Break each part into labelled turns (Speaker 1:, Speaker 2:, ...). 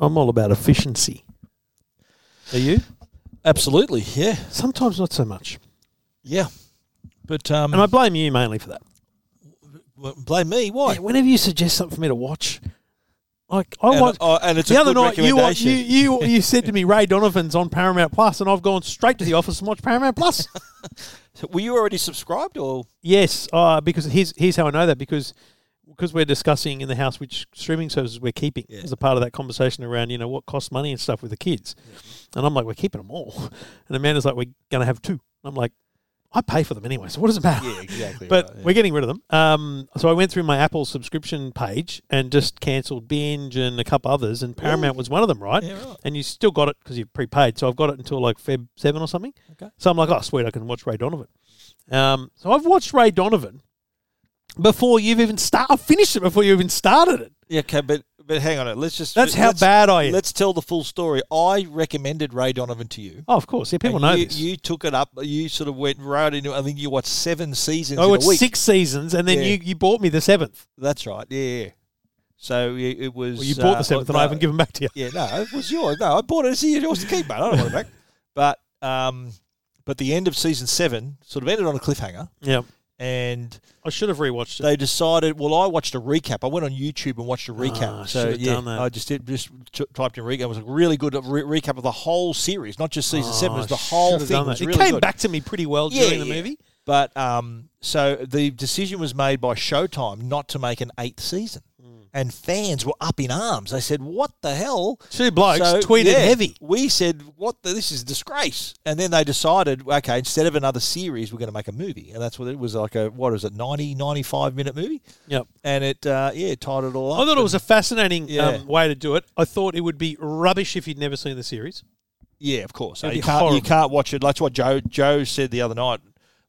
Speaker 1: I'm all about efficiency. Are you?
Speaker 2: Absolutely, yeah,
Speaker 1: Sometimes not so much.
Speaker 2: yeah. But um,
Speaker 1: And I blame you mainly for that.
Speaker 2: w- blame me. Why?
Speaker 1: Yeah, whenever you suggest something for me to watch, like I
Speaker 2: and,
Speaker 1: want
Speaker 2: oh, and it's
Speaker 1: the
Speaker 2: a
Speaker 1: other
Speaker 2: good
Speaker 1: night you, wa-
Speaker 2: recommendation.
Speaker 1: you you you said to me Ray Donovan's on Paramount Plus, and I've gone straight to the office and watched Paramount Plus.
Speaker 2: Were you already subscribed or?
Speaker 1: yes, uh, because here's here's how I know that because because we're discussing in the house which streaming services we're keeping
Speaker 2: Yeah.
Speaker 1: as a part of that conversation around you know what costs money and stuff with the kids, and I'm like we're keeping them all, and Amanda's like we're gonna have two, and I'm like I pay for them anyway, so what does it matter?
Speaker 2: exactly.
Speaker 1: but we're getting rid of them. Um, so I went through my Apple subscription page and just cancelled Binge and a couple others, and Paramount was one of them, right?
Speaker 2: Yeah, right.
Speaker 1: And you still got it because you prepaid. So I've got it until like Feb seven or something.
Speaker 2: Okay.
Speaker 1: So I'm like, oh sweet, I can watch Ray Donovan. Um, so I've watched Ray Donovan before you've even start. I finished it before you even started it.
Speaker 2: yeah, okay, but but hang on, a minute, let's just
Speaker 1: That's how
Speaker 2: let's-
Speaker 1: bad I am.
Speaker 2: Let's tell the full story. I recommended Ray Donovan to you.
Speaker 1: Oh, of course, yeah, people
Speaker 2: And
Speaker 1: know
Speaker 2: you,
Speaker 1: this.
Speaker 2: you took it up. You sort of went right into. I think you watched seven seasons
Speaker 1: I
Speaker 2: in a
Speaker 1: watched Oh,
Speaker 2: week.
Speaker 1: six seasons, and then
Speaker 2: Yeah.
Speaker 1: you, you bought me the seventh.
Speaker 2: That's right. Yeah. yeah. So it, it was.
Speaker 1: Well, you bought
Speaker 2: uh,
Speaker 1: the seventh, and
Speaker 2: no,
Speaker 1: I haven't given back to you.
Speaker 2: Yeah, no, it was yours. No, I bought it. It's yours to keep, mate. I don't want it back. But um, but the end of season seven sort of ended on a cliffhanger,
Speaker 1: Yeah,
Speaker 2: and
Speaker 1: I should have rewatched it.
Speaker 2: they decided. Well, I watched a recap. I went on YouTube and watched a recap.
Speaker 1: Ah, I
Speaker 2: so
Speaker 1: should've
Speaker 2: yeah,
Speaker 1: done that.
Speaker 2: I just did, just t- typed in recap. It was a really good re- recap of the whole series, not just season seven. It
Speaker 1: Oh,
Speaker 2: was the
Speaker 1: I
Speaker 2: whole
Speaker 1: should have
Speaker 2: thing.
Speaker 1: done
Speaker 2: was
Speaker 1: that.
Speaker 2: really
Speaker 1: it came
Speaker 2: good.
Speaker 1: back to me pretty well
Speaker 2: Yeah,
Speaker 1: during the
Speaker 2: yeah.
Speaker 1: movie.
Speaker 2: But um, so the decision was made by Showtime not to make an eighth season.
Speaker 1: Hmm.
Speaker 2: And fans were up in arms. They said, "What the hell?"
Speaker 1: Two blokes
Speaker 2: So,
Speaker 1: tweeted
Speaker 2: yeah,
Speaker 1: heavy.
Speaker 2: We said, "What? The, this is a disgrace." And then they decided, okay, instead of another series, we're going to make a movie, and that's what it was like. A what was it, 90, 95 minute movie?
Speaker 1: Yep.
Speaker 2: And it, uh, yeah, tied it all up.
Speaker 1: I thought it was a fascinating
Speaker 2: Yeah.
Speaker 1: um, way to do it. I thought it would be rubbish if you'd never seen the series.
Speaker 2: Yeah, of course. Uh,
Speaker 1: It'd
Speaker 2: you
Speaker 1: be
Speaker 2: can't you
Speaker 1: horrible.
Speaker 2: can't watch it. That's what Joe Joe said the other night.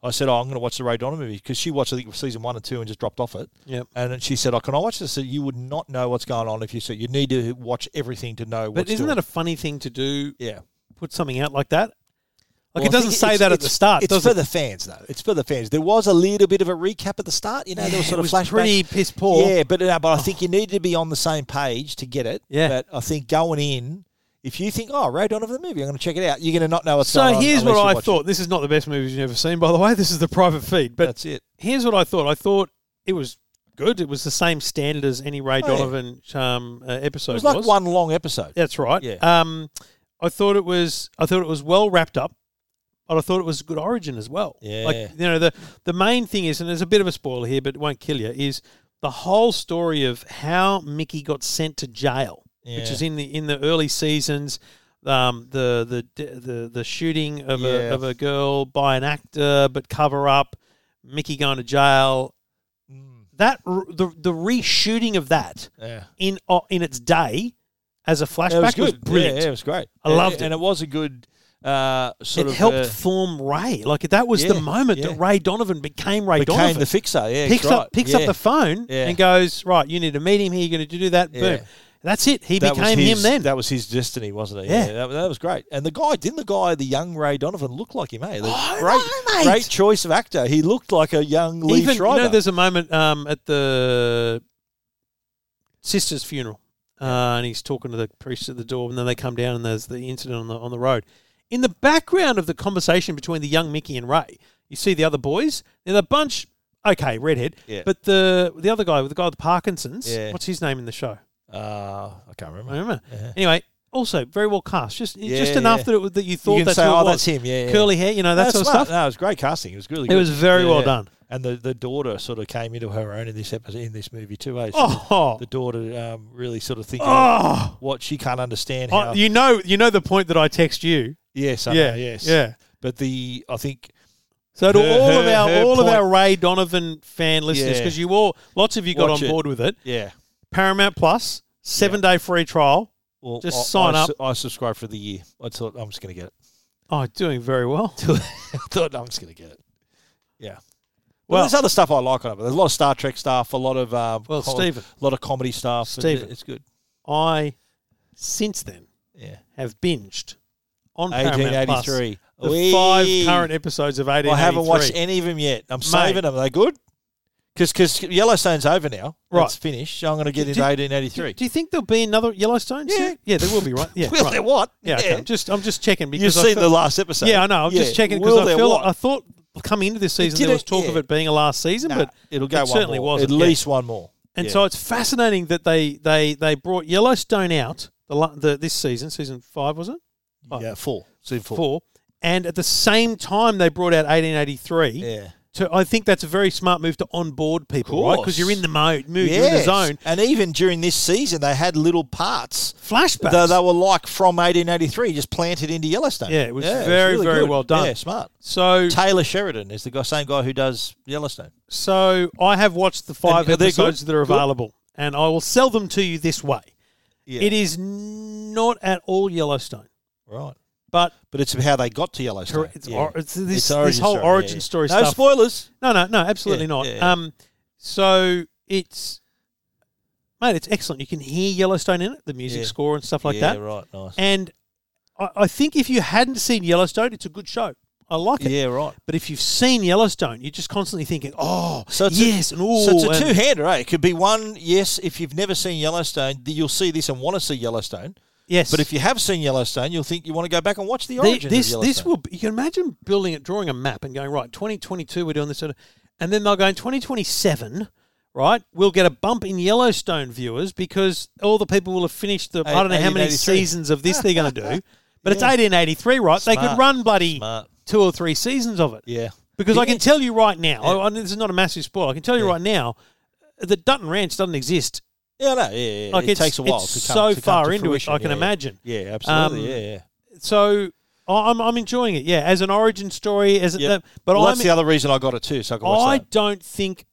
Speaker 2: I said, "Oh, I'm going to watch the Ray Donovan movie because she watched I think season one and two and just dropped off it."
Speaker 1: Yep.
Speaker 2: And then she said, "Oh, can I watch this?" So you would not know what's going on if you saw. You need to watch everything to know.
Speaker 1: But
Speaker 2: What's
Speaker 1: isn't
Speaker 2: doing.
Speaker 1: that a funny thing to do?
Speaker 2: yeah?
Speaker 1: Put something out like that. Like
Speaker 2: Well, I
Speaker 1: it doesn't
Speaker 2: think
Speaker 1: say
Speaker 2: it's-
Speaker 1: that at the
Speaker 2: it's-
Speaker 1: start,
Speaker 2: It's
Speaker 1: does
Speaker 2: for
Speaker 1: it?
Speaker 2: the fans, though. It's for the fans. There was a little bit of a recap at the start. You know, there was
Speaker 1: Yeah,
Speaker 2: sort
Speaker 1: it
Speaker 2: of
Speaker 1: was
Speaker 2: flashbacks.
Speaker 1: pretty piss poor. Oh.
Speaker 2: Yeah, but uh, but I think you needed to be on the same page to get it.
Speaker 1: Yeah.
Speaker 2: But I think going in, if you think, "Oh, Ray Donovan the movie, I'm going to check it out," you're going to not know what's going
Speaker 1: So
Speaker 2: on.
Speaker 1: here's
Speaker 2: unless
Speaker 1: what
Speaker 2: you
Speaker 1: I
Speaker 2: watch it.
Speaker 1: thought. This is not the best movies you've ever seen, by the way. This is the private feed. But
Speaker 2: That's it.
Speaker 1: here's what I thought. I thought it was good. It was the same standard as any Ray
Speaker 2: Oh, yeah.
Speaker 1: Donovan um, uh, episode.
Speaker 2: It was like
Speaker 1: was.
Speaker 2: one long episode.
Speaker 1: That's right.
Speaker 2: Yeah.
Speaker 1: Um, I thought it was. I thought it was well wrapped up, but I thought it was a good origin as well.
Speaker 2: Yeah.
Speaker 1: Like you know the the main thing is, and there's a bit of a spoiler here, but it won't kill you. Is the whole story of how Mickey got sent to jail, which
Speaker 2: Yeah.
Speaker 1: is in the in the early seasons. Um, the the the the shooting of a
Speaker 2: Yeah.
Speaker 1: of a girl by an actor, but cover up. Mickey going to jail.
Speaker 2: mm.
Speaker 1: That r- the the reshooting of that
Speaker 2: Yeah.
Speaker 1: in uh, in its day as a flashback
Speaker 2: It was
Speaker 1: was
Speaker 2: good.
Speaker 1: brilliant.
Speaker 2: Yeah, yeah, it was great.
Speaker 1: I loved
Speaker 2: and,
Speaker 1: it.
Speaker 2: and it was a good uh, sort
Speaker 1: it
Speaker 2: of
Speaker 1: helped
Speaker 2: uh,
Speaker 1: form Ray. Like that was the
Speaker 2: yeah,
Speaker 1: moment
Speaker 2: yeah.
Speaker 1: that Ray Donovan became Ray
Speaker 2: became
Speaker 1: Donovan.
Speaker 2: the fixer. Yeah,
Speaker 1: picks
Speaker 2: that's right.
Speaker 1: up picks
Speaker 2: Yeah.
Speaker 1: up the phone
Speaker 2: Yeah.
Speaker 1: and goes, Right, you need to meet him here, you're gonna do that,
Speaker 2: Yeah.
Speaker 1: boom. That's it. He
Speaker 2: That was
Speaker 1: became
Speaker 2: his-
Speaker 1: him then.
Speaker 2: That was his destiny, wasn't it?
Speaker 1: Yeah.
Speaker 2: that, that was great. And the guy didn't the guy, the young Ray Donovan, look like him? Eh? The
Speaker 1: I
Speaker 2: great,
Speaker 1: know, mate.
Speaker 2: great choice of actor. He looked like a young Lee
Speaker 1: Even
Speaker 2: Schreiber.
Speaker 1: you know, there's a moment um, at the sister's funeral, uh, and he's talking to the priest at the door, and then they come down, and there's the incident on the on the road. In the background of the conversation between the young Mickey and Ray, you see the other boys. Now the bunch, okay, redhead,
Speaker 2: Yeah.
Speaker 1: but the the other guy, the guy with the Parkinson's,
Speaker 2: Yeah.
Speaker 1: what's his name in the show?
Speaker 2: uh, I can't
Speaker 1: I
Speaker 2: remember.
Speaker 1: don't remember.
Speaker 2: Yeah.
Speaker 1: Anyway, also very well cast, just
Speaker 2: Yeah,
Speaker 1: just enough
Speaker 2: yeah.
Speaker 1: that it, was- that you thought
Speaker 2: you can
Speaker 1: that's
Speaker 2: say,
Speaker 1: who it
Speaker 2: oh,
Speaker 1: was.
Speaker 2: that's him. Yeah, yeah.
Speaker 1: curly hair, you know that
Speaker 2: That's
Speaker 1: sort of
Speaker 2: smart.
Speaker 1: stuff.
Speaker 2: No, it was great casting. It was really.
Speaker 1: It
Speaker 2: good.
Speaker 1: was very
Speaker 2: Yeah,
Speaker 1: well
Speaker 2: yeah.
Speaker 1: done.
Speaker 2: And the, the daughter sort of came into her own in this episode, in this movie too. Eh? So
Speaker 1: Oh,
Speaker 2: the daughter um, really sort of thinking of
Speaker 1: oh.
Speaker 2: what she can't understand.
Speaker 1: Oh,
Speaker 2: How,
Speaker 1: you know, you know the point that I text you.
Speaker 2: yes, I
Speaker 1: yeah,
Speaker 2: know, yes,
Speaker 1: yeah.
Speaker 2: But the I think
Speaker 1: So to
Speaker 2: Her-
Speaker 1: all of
Speaker 2: her-
Speaker 1: our
Speaker 2: her
Speaker 1: all of
Speaker 2: point-
Speaker 1: our Ray Donovan fan listeners,
Speaker 2: Yeah.
Speaker 1: because you all lots of you got
Speaker 2: Watch
Speaker 1: on
Speaker 2: it.
Speaker 1: board with it.
Speaker 2: yeah.
Speaker 1: Paramount Plus seven day free trial.
Speaker 2: Well,
Speaker 1: Just
Speaker 2: I,
Speaker 1: sign
Speaker 2: I,
Speaker 1: up.
Speaker 2: su- I subscribe for the year. I thought I'm just going to get it.
Speaker 1: Oh, doing very well.
Speaker 2: I thought no, I'm just going to get it. Yeah. Well,
Speaker 1: Well-
Speaker 2: there's other stuff I like on it. But there's a lot of Star Trek stuff, a lot of um,
Speaker 1: Well, Stephen.
Speaker 2: a lot of comedy stuff. and
Speaker 1: Stephen.
Speaker 2: it's good.
Speaker 1: I since then
Speaker 2: Yeah.
Speaker 1: have binged on Paramount Plus
Speaker 2: 1883.
Speaker 1: the
Speaker 2: Wee.
Speaker 1: five current episodes of eighteen.
Speaker 2: I haven't watched any of them yet. I'm saving them. Are they good? Because because Yellowstone's over now.
Speaker 1: Right.
Speaker 2: It's finished. So I'm going to get
Speaker 1: Do-
Speaker 2: into
Speaker 1: do-
Speaker 2: 1883.
Speaker 1: Do you think there'll be another Yellowstone?
Speaker 2: Yeah.
Speaker 1: soon? yeah, there will be, right? Yeah,
Speaker 2: Will
Speaker 1: right.
Speaker 2: there what?
Speaker 1: Yeah, okay. I'm just I'm just checking
Speaker 2: You've
Speaker 1: because I
Speaker 2: seen
Speaker 1: felt-
Speaker 2: the last episode.
Speaker 1: Yeah, I know. I'm just
Speaker 2: Yeah.
Speaker 1: checking
Speaker 2: Will
Speaker 1: because I
Speaker 2: there
Speaker 1: feel
Speaker 2: what?
Speaker 1: I thought coming into this season there was
Speaker 2: didn't-
Speaker 1: talk of
Speaker 2: yeah.
Speaker 1: it being a last season,
Speaker 2: Nah,
Speaker 1: but
Speaker 2: it'll go
Speaker 1: it
Speaker 2: one
Speaker 1: certainly
Speaker 2: more.
Speaker 1: wasn't,
Speaker 2: At
Speaker 1: yeah.
Speaker 2: least one more.
Speaker 1: and
Speaker 2: Yeah.
Speaker 1: so it's fascinating that they they they brought Yellowstone out the, la- the this season, season five was it Oh.
Speaker 2: Yeah, four. Season four.
Speaker 1: four, and at the same time they brought out 1883.
Speaker 2: Yeah.
Speaker 1: To, I think that's a very smart move to onboard people, right? Because
Speaker 2: Course.
Speaker 1: you're in the mode, mood, you're in the
Speaker 2: Yes.
Speaker 1: zone.
Speaker 2: And even during this season, they had little parts
Speaker 1: Flashbacks.
Speaker 2: that they were like from 1883, just planted into Yellowstone.
Speaker 1: Yeah, it was very, very well done.
Speaker 2: Yeah, smart.
Speaker 1: so
Speaker 2: Taylor Sheridan is the guy, same guy who does Yellowstone.
Speaker 1: So I have watched the five
Speaker 2: And are they
Speaker 1: episodes
Speaker 2: good?
Speaker 1: that are
Speaker 2: Good?
Speaker 1: available, and I will sell them to you this way.
Speaker 2: Yeah.
Speaker 1: It is not at all Yellowstone,
Speaker 2: Right.
Speaker 1: but
Speaker 2: But it's how they got to Yellowstone.
Speaker 1: correct- it's,
Speaker 2: Yeah.
Speaker 1: or, it's this,
Speaker 2: It's
Speaker 1: this whole
Speaker 2: story, yeah,
Speaker 1: origin
Speaker 2: yeah.
Speaker 1: story
Speaker 2: No
Speaker 1: stuff.
Speaker 2: spoilers.
Speaker 1: no, no, no, absolutely
Speaker 2: Yeah,
Speaker 1: not.
Speaker 2: yeah, yeah.
Speaker 1: Um, so it's mate, it's excellent. You can hear Yellowstone in it, the music
Speaker 2: Yeah.
Speaker 1: score and stuff like
Speaker 2: yeah,
Speaker 1: that.
Speaker 2: right. Nice.
Speaker 1: And I, I think if you hadn't seen Yellowstone, it's a good show. I like it.
Speaker 2: Yeah, right.
Speaker 1: But if you've seen Yellowstone, you're just constantly thinking, "Oh,
Speaker 2: So it's a-
Speaker 1: yes," and "Oh."
Speaker 2: So it's a
Speaker 1: and-
Speaker 2: two-hander, eh? It could be one, yes, if you've never seen Yellowstone, th- you'll see this and want to see Yellowstone.
Speaker 1: yes.
Speaker 2: But if you have seen Yellowstone, you'll think you want to go back and watch the
Speaker 1: They-
Speaker 2: origin
Speaker 1: this
Speaker 2: of Yellowstone.
Speaker 1: this will be, you can imagine building it, drawing a map, and going right. Twenty twenty two, we're doing this sort of, and then they'll go in twenty twenty seven. Right, we'll get a bump in Yellowstone viewers because all the people will have finished the I don't know how many
Speaker 2: 1883.
Speaker 1: seasons of this they're going to do, but it's eighteen eighty three, right? They could
Speaker 2: Smart.
Speaker 1: run bloody
Speaker 2: Smart.
Speaker 1: two or three seasons of it
Speaker 2: Yeah.
Speaker 1: because I
Speaker 2: Yeah.
Speaker 1: can tell you right now, I, I, this is not a massive spoiler. I can tell you right now uh, that Dutton Ranch doesn't exist.
Speaker 2: Yeah, no, yeah, yeah.
Speaker 1: Like
Speaker 2: it
Speaker 1: it's-
Speaker 2: takes a while
Speaker 1: it's
Speaker 2: to come
Speaker 1: so
Speaker 2: to come
Speaker 1: far
Speaker 2: to
Speaker 1: into it,
Speaker 2: fruition.
Speaker 1: I can
Speaker 2: yeah, yeah.
Speaker 1: imagine.
Speaker 2: Yeah, absolutely.
Speaker 1: Um,
Speaker 2: yeah, yeah.
Speaker 1: So I- I'm I'm enjoying it. Yeah, as an origin story, as
Speaker 2: Yep.
Speaker 1: a, but
Speaker 2: Well,
Speaker 1: I'm
Speaker 2: that's the other reason I got it too, so I can watch
Speaker 1: I
Speaker 2: that.
Speaker 1: don't think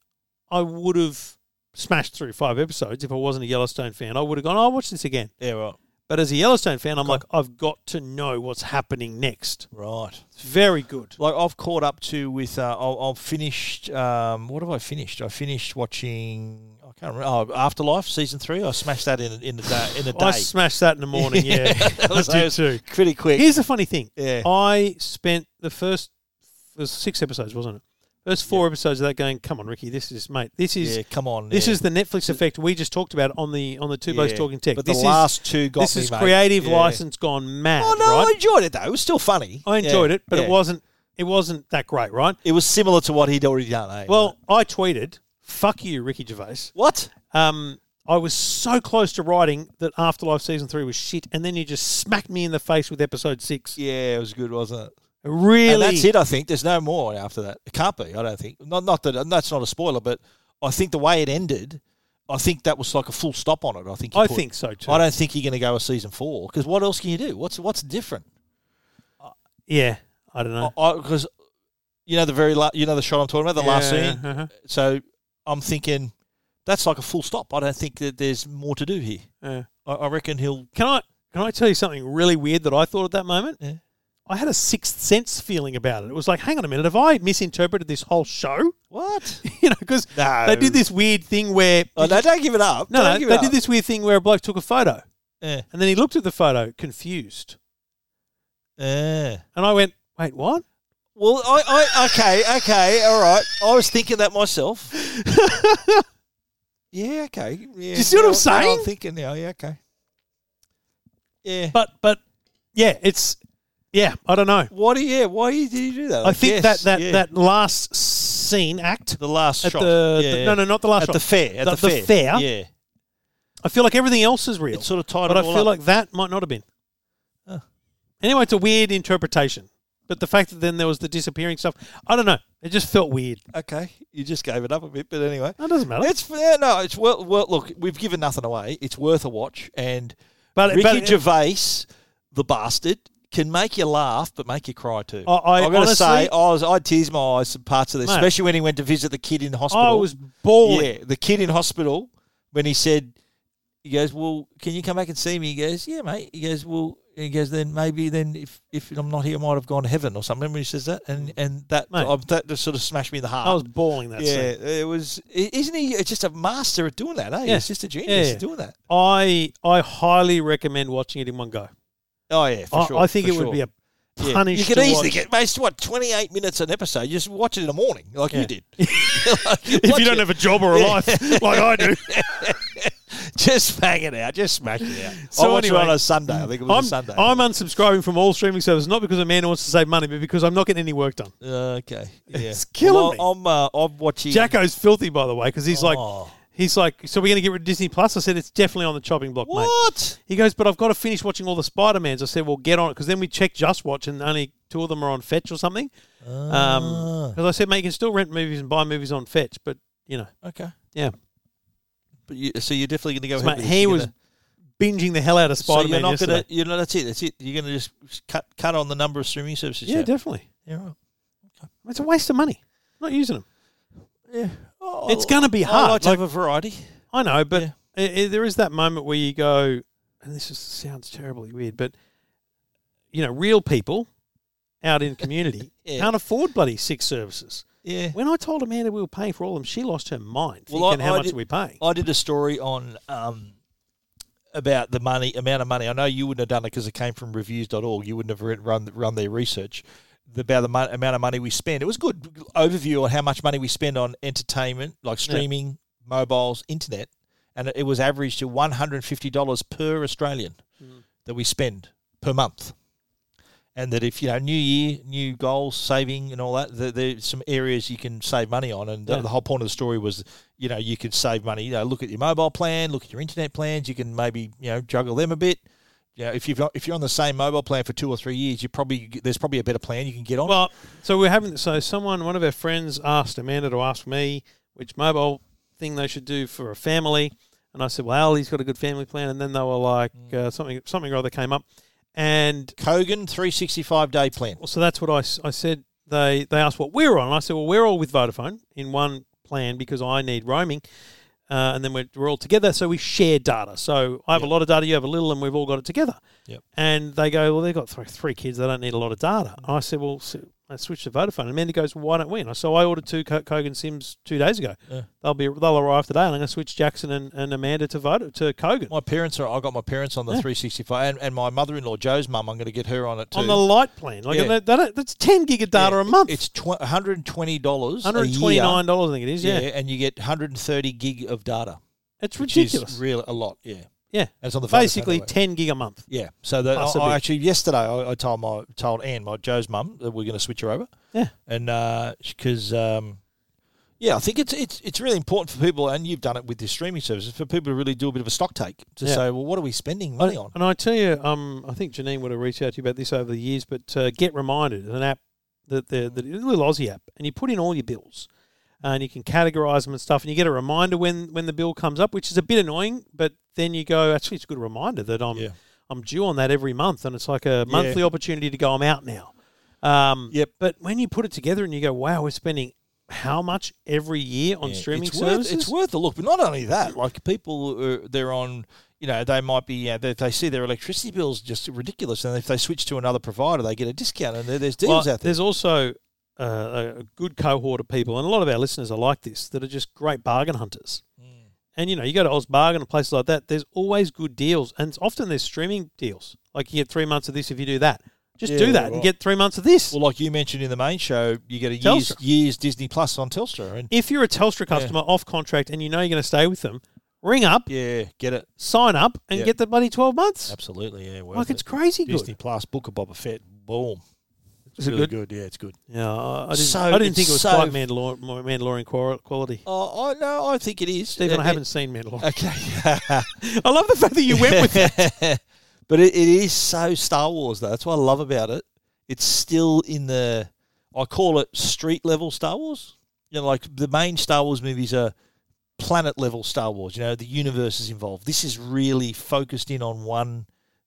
Speaker 1: I would have smashed through five episodes if I wasn't a Yellowstone fan. I would have gone, I'll watch this again.
Speaker 2: Yeah, right.
Speaker 1: But as a Yellowstone fan, I'm like, I've got to know what's happening next.
Speaker 2: Right.
Speaker 1: It's very good.
Speaker 2: Like I've caught up to with uh, I've, I've finished. Um, what have I finished? I finished watching. I can't remember. Oh, Afterlife season three. I smashed that in in a day. In a day.
Speaker 1: I smashed that in the morning, yeah.
Speaker 2: That
Speaker 1: I
Speaker 2: was- that
Speaker 1: did
Speaker 2: was
Speaker 1: too.
Speaker 2: pretty quick.
Speaker 1: Here's the funny thing.
Speaker 2: yeah.
Speaker 1: I spent the first it was six episodes, wasn't it? First four episodes of that going, come on, Ricky, this is mate, this is
Speaker 2: yeah. Come on.
Speaker 1: this
Speaker 2: yeah.
Speaker 1: is the Netflix effect we just talked about on the on the two boats
Speaker 2: Yeah.
Speaker 1: talking tech.
Speaker 2: But
Speaker 1: this
Speaker 2: the
Speaker 1: is
Speaker 2: last two got
Speaker 1: this
Speaker 2: me,
Speaker 1: is
Speaker 2: mate.
Speaker 1: creative
Speaker 2: Yeah.
Speaker 1: license gone mad,
Speaker 2: Oh no,
Speaker 1: right?
Speaker 2: I enjoyed it though. It was still funny.
Speaker 1: I enjoyed
Speaker 2: Yeah.
Speaker 1: it, but
Speaker 2: Yeah.
Speaker 1: it wasn't it wasn't that great, right?
Speaker 2: It was similar to what he'd already done. Eh?
Speaker 1: Well, I tweeted, "Fuck you, Ricky Gervais."
Speaker 2: what?
Speaker 1: Um, I was so close to writing that Afterlife season three was shit, and then you just smacked me in the face with episode six.
Speaker 2: Yeah, it was good, wasn't it?
Speaker 1: Really,
Speaker 2: And that's it. I think there's no more after that. It can't be. I don't think. Not not that. and That's not a spoiler, but I think the way it ended, I think that was like a full stop on it. I think. you
Speaker 1: I
Speaker 2: put.
Speaker 1: think so too.
Speaker 2: I don't think you're going to go a season four because what else can you do? What's what's different?
Speaker 1: yeah, I don't know.
Speaker 2: Because you know the very la- you know the shot I'm talking about, Oh, the last
Speaker 1: Yeah,
Speaker 2: scene.
Speaker 1: uh-huh,
Speaker 2: So I'm thinking that's like a full stop. I don't think that there's more to do here.
Speaker 1: yeah.
Speaker 2: I, I reckon he'll.
Speaker 1: Can I can I tell you something really weird that I thought at that moment?
Speaker 2: Yeah.
Speaker 1: I had a sixth sense feeling about it. It was like, hang on a minute, have I misinterpreted this whole show?
Speaker 2: What?
Speaker 1: you know, because
Speaker 2: No.
Speaker 1: they did this weird thing where
Speaker 2: Oh, no, don't give it up.
Speaker 1: No,
Speaker 2: don't
Speaker 1: no,
Speaker 2: give
Speaker 1: they
Speaker 2: it
Speaker 1: did
Speaker 2: up.
Speaker 1: this weird thing where a bloke took a photo
Speaker 2: Yeah.
Speaker 1: and then he looked at the photo confused.
Speaker 2: Yeah.
Speaker 1: And I went, wait, what?
Speaker 2: Well, I, I okay, okay, all right. I was thinking that myself. yeah, okay. Yeah,
Speaker 1: Do you see what I'm
Speaker 2: now- now
Speaker 1: saying?
Speaker 2: I'm thinking now. Yeah, okay. Yeah.
Speaker 1: But, but yeah, it's, yeah, I don't know.
Speaker 2: Why do you? Yeah, why you- did you do that?
Speaker 1: I think
Speaker 2: Yes,
Speaker 1: that, that,
Speaker 2: yeah.
Speaker 1: that last scene act
Speaker 2: the last
Speaker 1: at
Speaker 2: shot.
Speaker 1: the,
Speaker 2: yeah,
Speaker 1: the-
Speaker 2: yeah.
Speaker 1: no, no, not the last
Speaker 2: at
Speaker 1: shot.
Speaker 2: the fair, at
Speaker 1: the-
Speaker 2: the,
Speaker 1: the
Speaker 2: fair.
Speaker 1: fair.
Speaker 2: Yeah,
Speaker 1: I feel like everything else is real,
Speaker 2: it sort of tied
Speaker 1: but I
Speaker 2: it all
Speaker 1: feel
Speaker 2: up.
Speaker 1: like that might not have been.
Speaker 2: Oh.
Speaker 1: Anyway, it's a weird interpretation. But the fact that then there was the disappearing stuff, I don't know. It just felt weird.
Speaker 2: okay, you just gave it up a bit, but anyway,
Speaker 1: That doesn't matter.
Speaker 2: it's yeah, no, it's well, well. Look, we've given nothing away. It's worth a watch, and
Speaker 1: But,
Speaker 2: Ricky
Speaker 1: but
Speaker 2: Gervais, the bastard, can make you laugh but make you cry too.
Speaker 1: I- I
Speaker 2: am going to
Speaker 1: honestly-
Speaker 2: say, I was I tears my eyes at parts of this,
Speaker 1: Mate.
Speaker 2: especially when he went to visit the kid in hospital.
Speaker 1: I was bawling.
Speaker 2: yeah, the kid in hospital when he said, he goes, "Well, can you come back and see me?" He goes, "Yeah, mate." He goes, "Well." He goes, then maybe then if, if I'm not here, I might have gone to heaven or something. Remember he says that, and and that
Speaker 1: Mate.
Speaker 2: I, that just sort of smashed me in the heart.
Speaker 1: I was bawling that scene.
Speaker 2: yeah, it was. i- Isn't he just a master at doing that? Eh?
Speaker 1: Yeah.
Speaker 2: He's just a genius
Speaker 1: Yeah,
Speaker 2: at
Speaker 1: yeah.
Speaker 2: doing that.
Speaker 1: I I highly recommend watching it in one go.
Speaker 2: Oh yeah, for
Speaker 1: I,
Speaker 2: sure.
Speaker 1: I think
Speaker 2: for
Speaker 1: it would
Speaker 2: sure.
Speaker 1: be a
Speaker 2: Yeah.
Speaker 1: punished.
Speaker 2: You could
Speaker 1: to
Speaker 2: easily
Speaker 1: watch.
Speaker 2: get, mate, it's what, 28 minutes an episode. You just watch it in the morning, like
Speaker 1: Yeah.
Speaker 2: you did. if
Speaker 1: if you don't have a job or a
Speaker 2: Yeah.
Speaker 1: life like I do.
Speaker 2: Just bang it out. Just smack it out.
Speaker 1: So
Speaker 2: I watched
Speaker 1: anyway,
Speaker 2: it on a Sunday. I think it was
Speaker 1: I'm,
Speaker 2: a Sunday.
Speaker 1: I'm unsubscribing from all streaming services, not because a man wants to save money, but because I'm not getting any work done.
Speaker 2: Uh, okay. Yeah.
Speaker 1: It's killing
Speaker 2: well,
Speaker 1: me.
Speaker 2: I'm, uh, I'm watching.
Speaker 1: Jacko's filthy, by the way, because he's
Speaker 2: Oh.
Speaker 1: like, he's like, so we're going to get rid of Disney Plus. I said it's definitely on the chopping block, mate.
Speaker 2: What?
Speaker 1: He goes, but I've got to finish watching all the Spider Mans. I said, well, get on it, because then we check Just Watch, and only two of them are on Fetch or something.
Speaker 2: Um,
Speaker 1: Because I said, mate, you can still rent movies and buy movies on Fetch, but you know,
Speaker 2: Okay.
Speaker 1: yeah.
Speaker 2: But you, so you're definitely going to go
Speaker 1: So, mate,
Speaker 2: ahead with this.
Speaker 1: he
Speaker 2: You're
Speaker 1: was
Speaker 2: gonna-
Speaker 1: binging the hell out of
Speaker 2: So
Speaker 1: Spider
Speaker 2: you're
Speaker 1: Man
Speaker 2: not
Speaker 1: yesterday.
Speaker 2: going to. You know, that's it. That's it. You're going to just cut cut on the number of streaming services.
Speaker 1: yeah,
Speaker 2: you have.
Speaker 1: definitely.
Speaker 2: yeah. Right.
Speaker 1: It's a waste of money. Not using them.
Speaker 2: Yeah. Oh,
Speaker 1: It's gonna be
Speaker 2: I
Speaker 1: hard,
Speaker 2: like to
Speaker 1: like-
Speaker 2: have a variety.
Speaker 1: I know, but
Speaker 2: Yeah.
Speaker 1: i i there is that moment where you go, and this is, sounds terribly weird, but you know, real people out in community
Speaker 2: Yeah.
Speaker 1: can't afford bloody six services.
Speaker 2: Yeah.
Speaker 1: When I told Amanda we were paying for all of them, she lost her mind
Speaker 2: Well, I-
Speaker 1: thinking how
Speaker 2: I
Speaker 1: much
Speaker 2: did-
Speaker 1: are we paying.
Speaker 2: I did a story on um, about the money amount of money. I know you wouldn't have done it because it came from reviews.org. You wouldn't have re- run run their research the- about the mon- amount of money we spend. It was a good overview on how much money we spend on entertainment, like streaming, mobiles, internet, and it- it was averaged to one hundred and fifty dollars per Australian that we spend per month. And that if you know, new year, new goals, saving, and all that, there, there's some areas you can save money on. And the,
Speaker 1: Yeah.
Speaker 2: the whole point of the story was, you know, you could save money. You know, look at your mobile plan, look at your internet plans. You can maybe you know juggle them a bit. You know, if you've got, if you're on the same mobile plan for two or three years, you probably there's probably a better plan you can get on.
Speaker 1: Well, so we're having so someone, one of our friends, asked Amanda to ask me which mobile thing they should do for a family, and I said, well, he's got a good family plan, and then they were like
Speaker 2: Mm.
Speaker 1: uh, something something or other came up, and
Speaker 2: Kogan 365 day plan.
Speaker 1: Well, so that's what I, s- I said. They they asked what we're on, and I said, well, we're all with Vodafone in one plan because I need roaming, uh, and then we're, we're all together, so we share data. So I have a lot of data, you have a little, and we've all got it together.
Speaker 2: Yep.
Speaker 1: And they go, well, they've got three, three kids, they don't need a lot of data.
Speaker 2: Mm.
Speaker 1: And I said, well, so I switched to Vodafone, and Amanda goes, well, why don't we? And I so I ordered two Co- Kogan Sims two days ago.
Speaker 2: Yeah.
Speaker 1: They'll be they'll arrive today, and I'm going to switch Jackson and, and Amanda to Voda, to Kogan
Speaker 2: My parents are. I got my parents on the 365, and, and my mother-in-law Joe's mum. I'm going to get her on it too.
Speaker 1: on the light plan. Like
Speaker 2: Yeah.
Speaker 1: and they- they don't- that's ten gig of data
Speaker 2: Yeah,
Speaker 1: a month.
Speaker 2: It's tw- 120 dollars.
Speaker 1: Hundred twenty nine dollars, I think it is.
Speaker 2: Yeah.
Speaker 1: yeah.
Speaker 2: and you get 130 gig of data.
Speaker 1: It's
Speaker 2: which
Speaker 1: ridiculous.
Speaker 2: Is real a lot. Yeah,
Speaker 1: yeah.
Speaker 2: and it's on the Vodafone
Speaker 1: Basically,
Speaker 2: network.
Speaker 1: 10 gig a month.
Speaker 2: yeah. So that I,
Speaker 1: Plus a
Speaker 2: I
Speaker 1: bit.
Speaker 2: actually yesterday I, I told my told Anne, my Joe's mum, that we're going to switch her over.
Speaker 1: Yeah.
Speaker 2: and because. um, yeah, I think it's it's it's really important for people, and you've done it with your streaming services, for people to really do a bit of a stock take to
Speaker 1: Yeah.
Speaker 2: say, well, what are we spending money on?
Speaker 1: And I tell you, um, I think Janine would have reached out to you about this over the years, but uh, Get Reminded is an app, that the, the little Aussie app, and you put in all your bills and you can categorize them and stuff, and you get a reminder when, when the bill comes up, which is a bit annoying, but then you go, actually, it's a good reminder that I'm,
Speaker 2: Yeah.
Speaker 1: I'm due on that every month, and it's like a monthly opportunity to go, I'm out now. Um,
Speaker 2: Yep.
Speaker 1: But when you put it together and you go, wow, we're spending how much every year on
Speaker 2: Yeah,
Speaker 1: streaming
Speaker 2: it's
Speaker 1: services?
Speaker 2: Worth, it's worth a look, but not only that. Like people, are, they're on. You know, they might be. Uh, they, they see their electricity bills just ridiculous, and if they switch to another provider, they get a discount, and there, there's deals
Speaker 1: Well,
Speaker 2: out there.
Speaker 1: There's also uh, a- a good cohort of people, and a lot of our listeners are like this, that are just great bargain hunters.
Speaker 2: Mm.
Speaker 1: And you know, you go to Oz Bargain and places like that. There's always good deals, and it's often there's streaming deals. Like you get three months of this if you do that. Just
Speaker 2: Yeah,
Speaker 1: do that
Speaker 2: right.
Speaker 1: and get three months of this.
Speaker 2: Well, like you mentioned in the main show, you get a year's,
Speaker 1: Telstra.
Speaker 2: year's Disney Plus on Telstra, and
Speaker 1: if you're a Telstra customer off contract and you know you're going to stay with them, ring up,
Speaker 2: yeah, get it
Speaker 1: sign up, and
Speaker 2: Yeah.
Speaker 1: get the bloody twelve months.
Speaker 2: absolutely. Yeah, worth
Speaker 1: Like it's
Speaker 2: it.
Speaker 1: crazy good.
Speaker 2: Disney Plus, book of Boba Fett, boom. It's
Speaker 1: Is it
Speaker 2: really good? Yeah, it's good.
Speaker 1: Yeah, I I didn't,
Speaker 2: So
Speaker 1: I didn't
Speaker 2: it's
Speaker 1: think it was
Speaker 2: so-
Speaker 1: quite Mandalor- Mandalorian qual- quality.
Speaker 2: Oh, I no, I think it is.
Speaker 1: Stephen, I
Speaker 2: Uh,
Speaker 1: haven't seen Mandalorian.
Speaker 2: Okay.
Speaker 1: I love the fact that you went with
Speaker 2: but it, it is so Star Wars, though. That's what I love about it. It's still in the, I call it street level Star Wars. You know, like the main Star Wars movies are planet level Star Wars. You know, the universe is involved. This is really focused in on one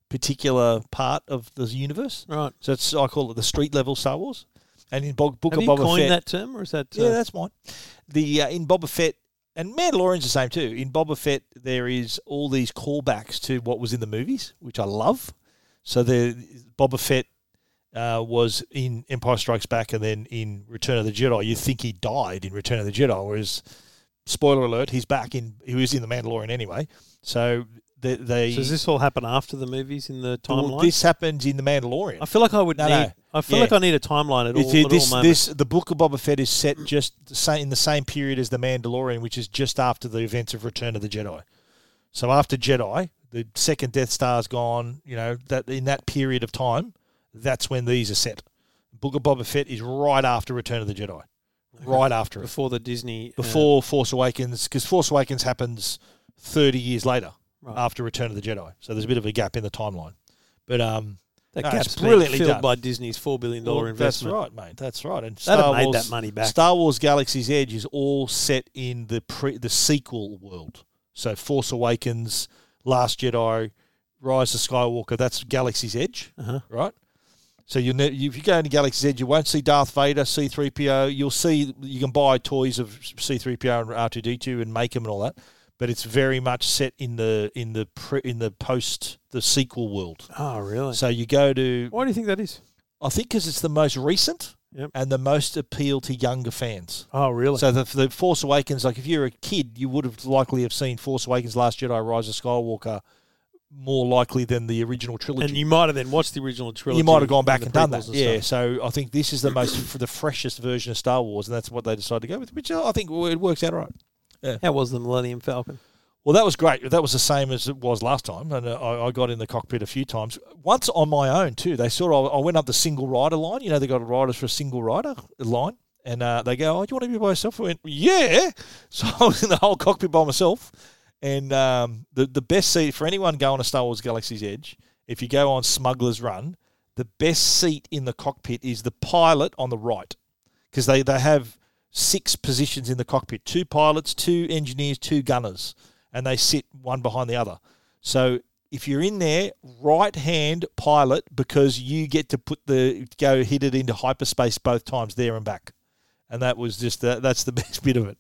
Speaker 2: particular part of the universe.
Speaker 1: Right.
Speaker 2: So it's I call it the street level Star Wars. And in Bo- Book
Speaker 1: Have
Speaker 2: of
Speaker 1: you
Speaker 2: Boba
Speaker 1: coined
Speaker 2: Fett,
Speaker 1: that term, or is that? uh,
Speaker 2: yeah, that's mine. The uh, in Boba Fett and Mandalorian's the same too. In Boba Fett, there is all these callbacks to what was in the movies, which I love. So the Boba Fett uh, was in Empire Strikes Back, and then in Return of the Jedi. You think he died in Return of the Jedi, whereas spoiler alert, he's back in. He was in the Mandalorian anyway. So they, they
Speaker 1: So does this all happen after the movies in the
Speaker 2: well,
Speaker 1: timeline?
Speaker 2: this happens in the Mandalorian.
Speaker 1: I feel like I would
Speaker 2: No,
Speaker 1: need.
Speaker 2: no.
Speaker 1: I feel
Speaker 2: Yeah.
Speaker 1: like I need a timeline at all.
Speaker 2: It's- it-
Speaker 1: at
Speaker 2: this,
Speaker 1: all moments.
Speaker 2: this, the book of Boba Fett is set just the same, in the same period as the Mandalorian, which is just after the events of Return of the Jedi. So after Jedi, the second Death Star's gone. You know that in that period of time, that's when these are set. Book of Boba Fett is right after Return of the Jedi, right after it,
Speaker 1: before the Disney uh,
Speaker 2: before Force Awakens, because Force Awakens happens thirty years later
Speaker 1: Right.
Speaker 2: after Return of the Jedi. So there's a bit of a gap in the timeline, but um,
Speaker 1: that
Speaker 2: no,
Speaker 1: gap's
Speaker 2: it's
Speaker 1: brilliantly
Speaker 2: brilliantly
Speaker 1: filled
Speaker 2: done.
Speaker 1: by Disney's four billion dollar
Speaker 2: well,
Speaker 1: investment.
Speaker 2: That's right, mate. That's right. And
Speaker 1: That'd
Speaker 2: Star
Speaker 1: have made
Speaker 2: Wars,
Speaker 1: that money back.
Speaker 2: Star Wars: Galaxy's Edge is all set in the pre, the sequel world. So Force Awakens, Last Jedi, Rise of Skywalker. That's Galaxy's Edge,
Speaker 1: Uh-huh.
Speaker 2: right? So you ne- you- if you go into Galaxy's Edge, you won't see Darth Vader, C three PO. You'll see you can buy toys of C three PO and R two D two and make them and all that. But it's very much set in the in the pre, in the post the sequel world.
Speaker 1: Oh, really?
Speaker 2: So you go to
Speaker 1: Why do you think that is?
Speaker 2: I think because it's the most recent
Speaker 1: Yep.
Speaker 2: and the most appeal to younger fans.
Speaker 1: Oh, really?
Speaker 2: So the, the Force Awakens, like if you're a kid, you would have likely have seen Force Awakens, Last Jedi, Rise of Skywalker, more likely than the original trilogy.
Speaker 1: and you might have then watched the original trilogy.
Speaker 2: You might have gone back
Speaker 1: the
Speaker 2: and done that.
Speaker 1: prequels and
Speaker 2: Yeah.
Speaker 1: stuff.
Speaker 2: So I think this is the most for the freshest version of Star Wars, and that's what they decided to go with, which I think it works out all right.
Speaker 1: How was the Millennium Falcon?
Speaker 2: Well, that was great. That was the same as it was last time, and uh, I, I got in the cockpit a few times. Once on my own too. They sort of I went up the single rider line. You know, they got riders for a single rider line, and uh, they go, "Oh, do you want to be by yourself?" I went, "Yeah." So I was in the whole cockpit by myself, and um, the the best seat for anyone going to Star Wars Galaxy's Edge, if you go on Smuggler's Run, the best seat in the cockpit is the pilot on the right because they, they have six positions in the cockpit two pilots, two engineers, two gunners, and they sit one behind the other. So if you're in there, right hand pilot because you get to put the go hit it into hyperspace both times there and back. And that was just that, that's the best bit of it.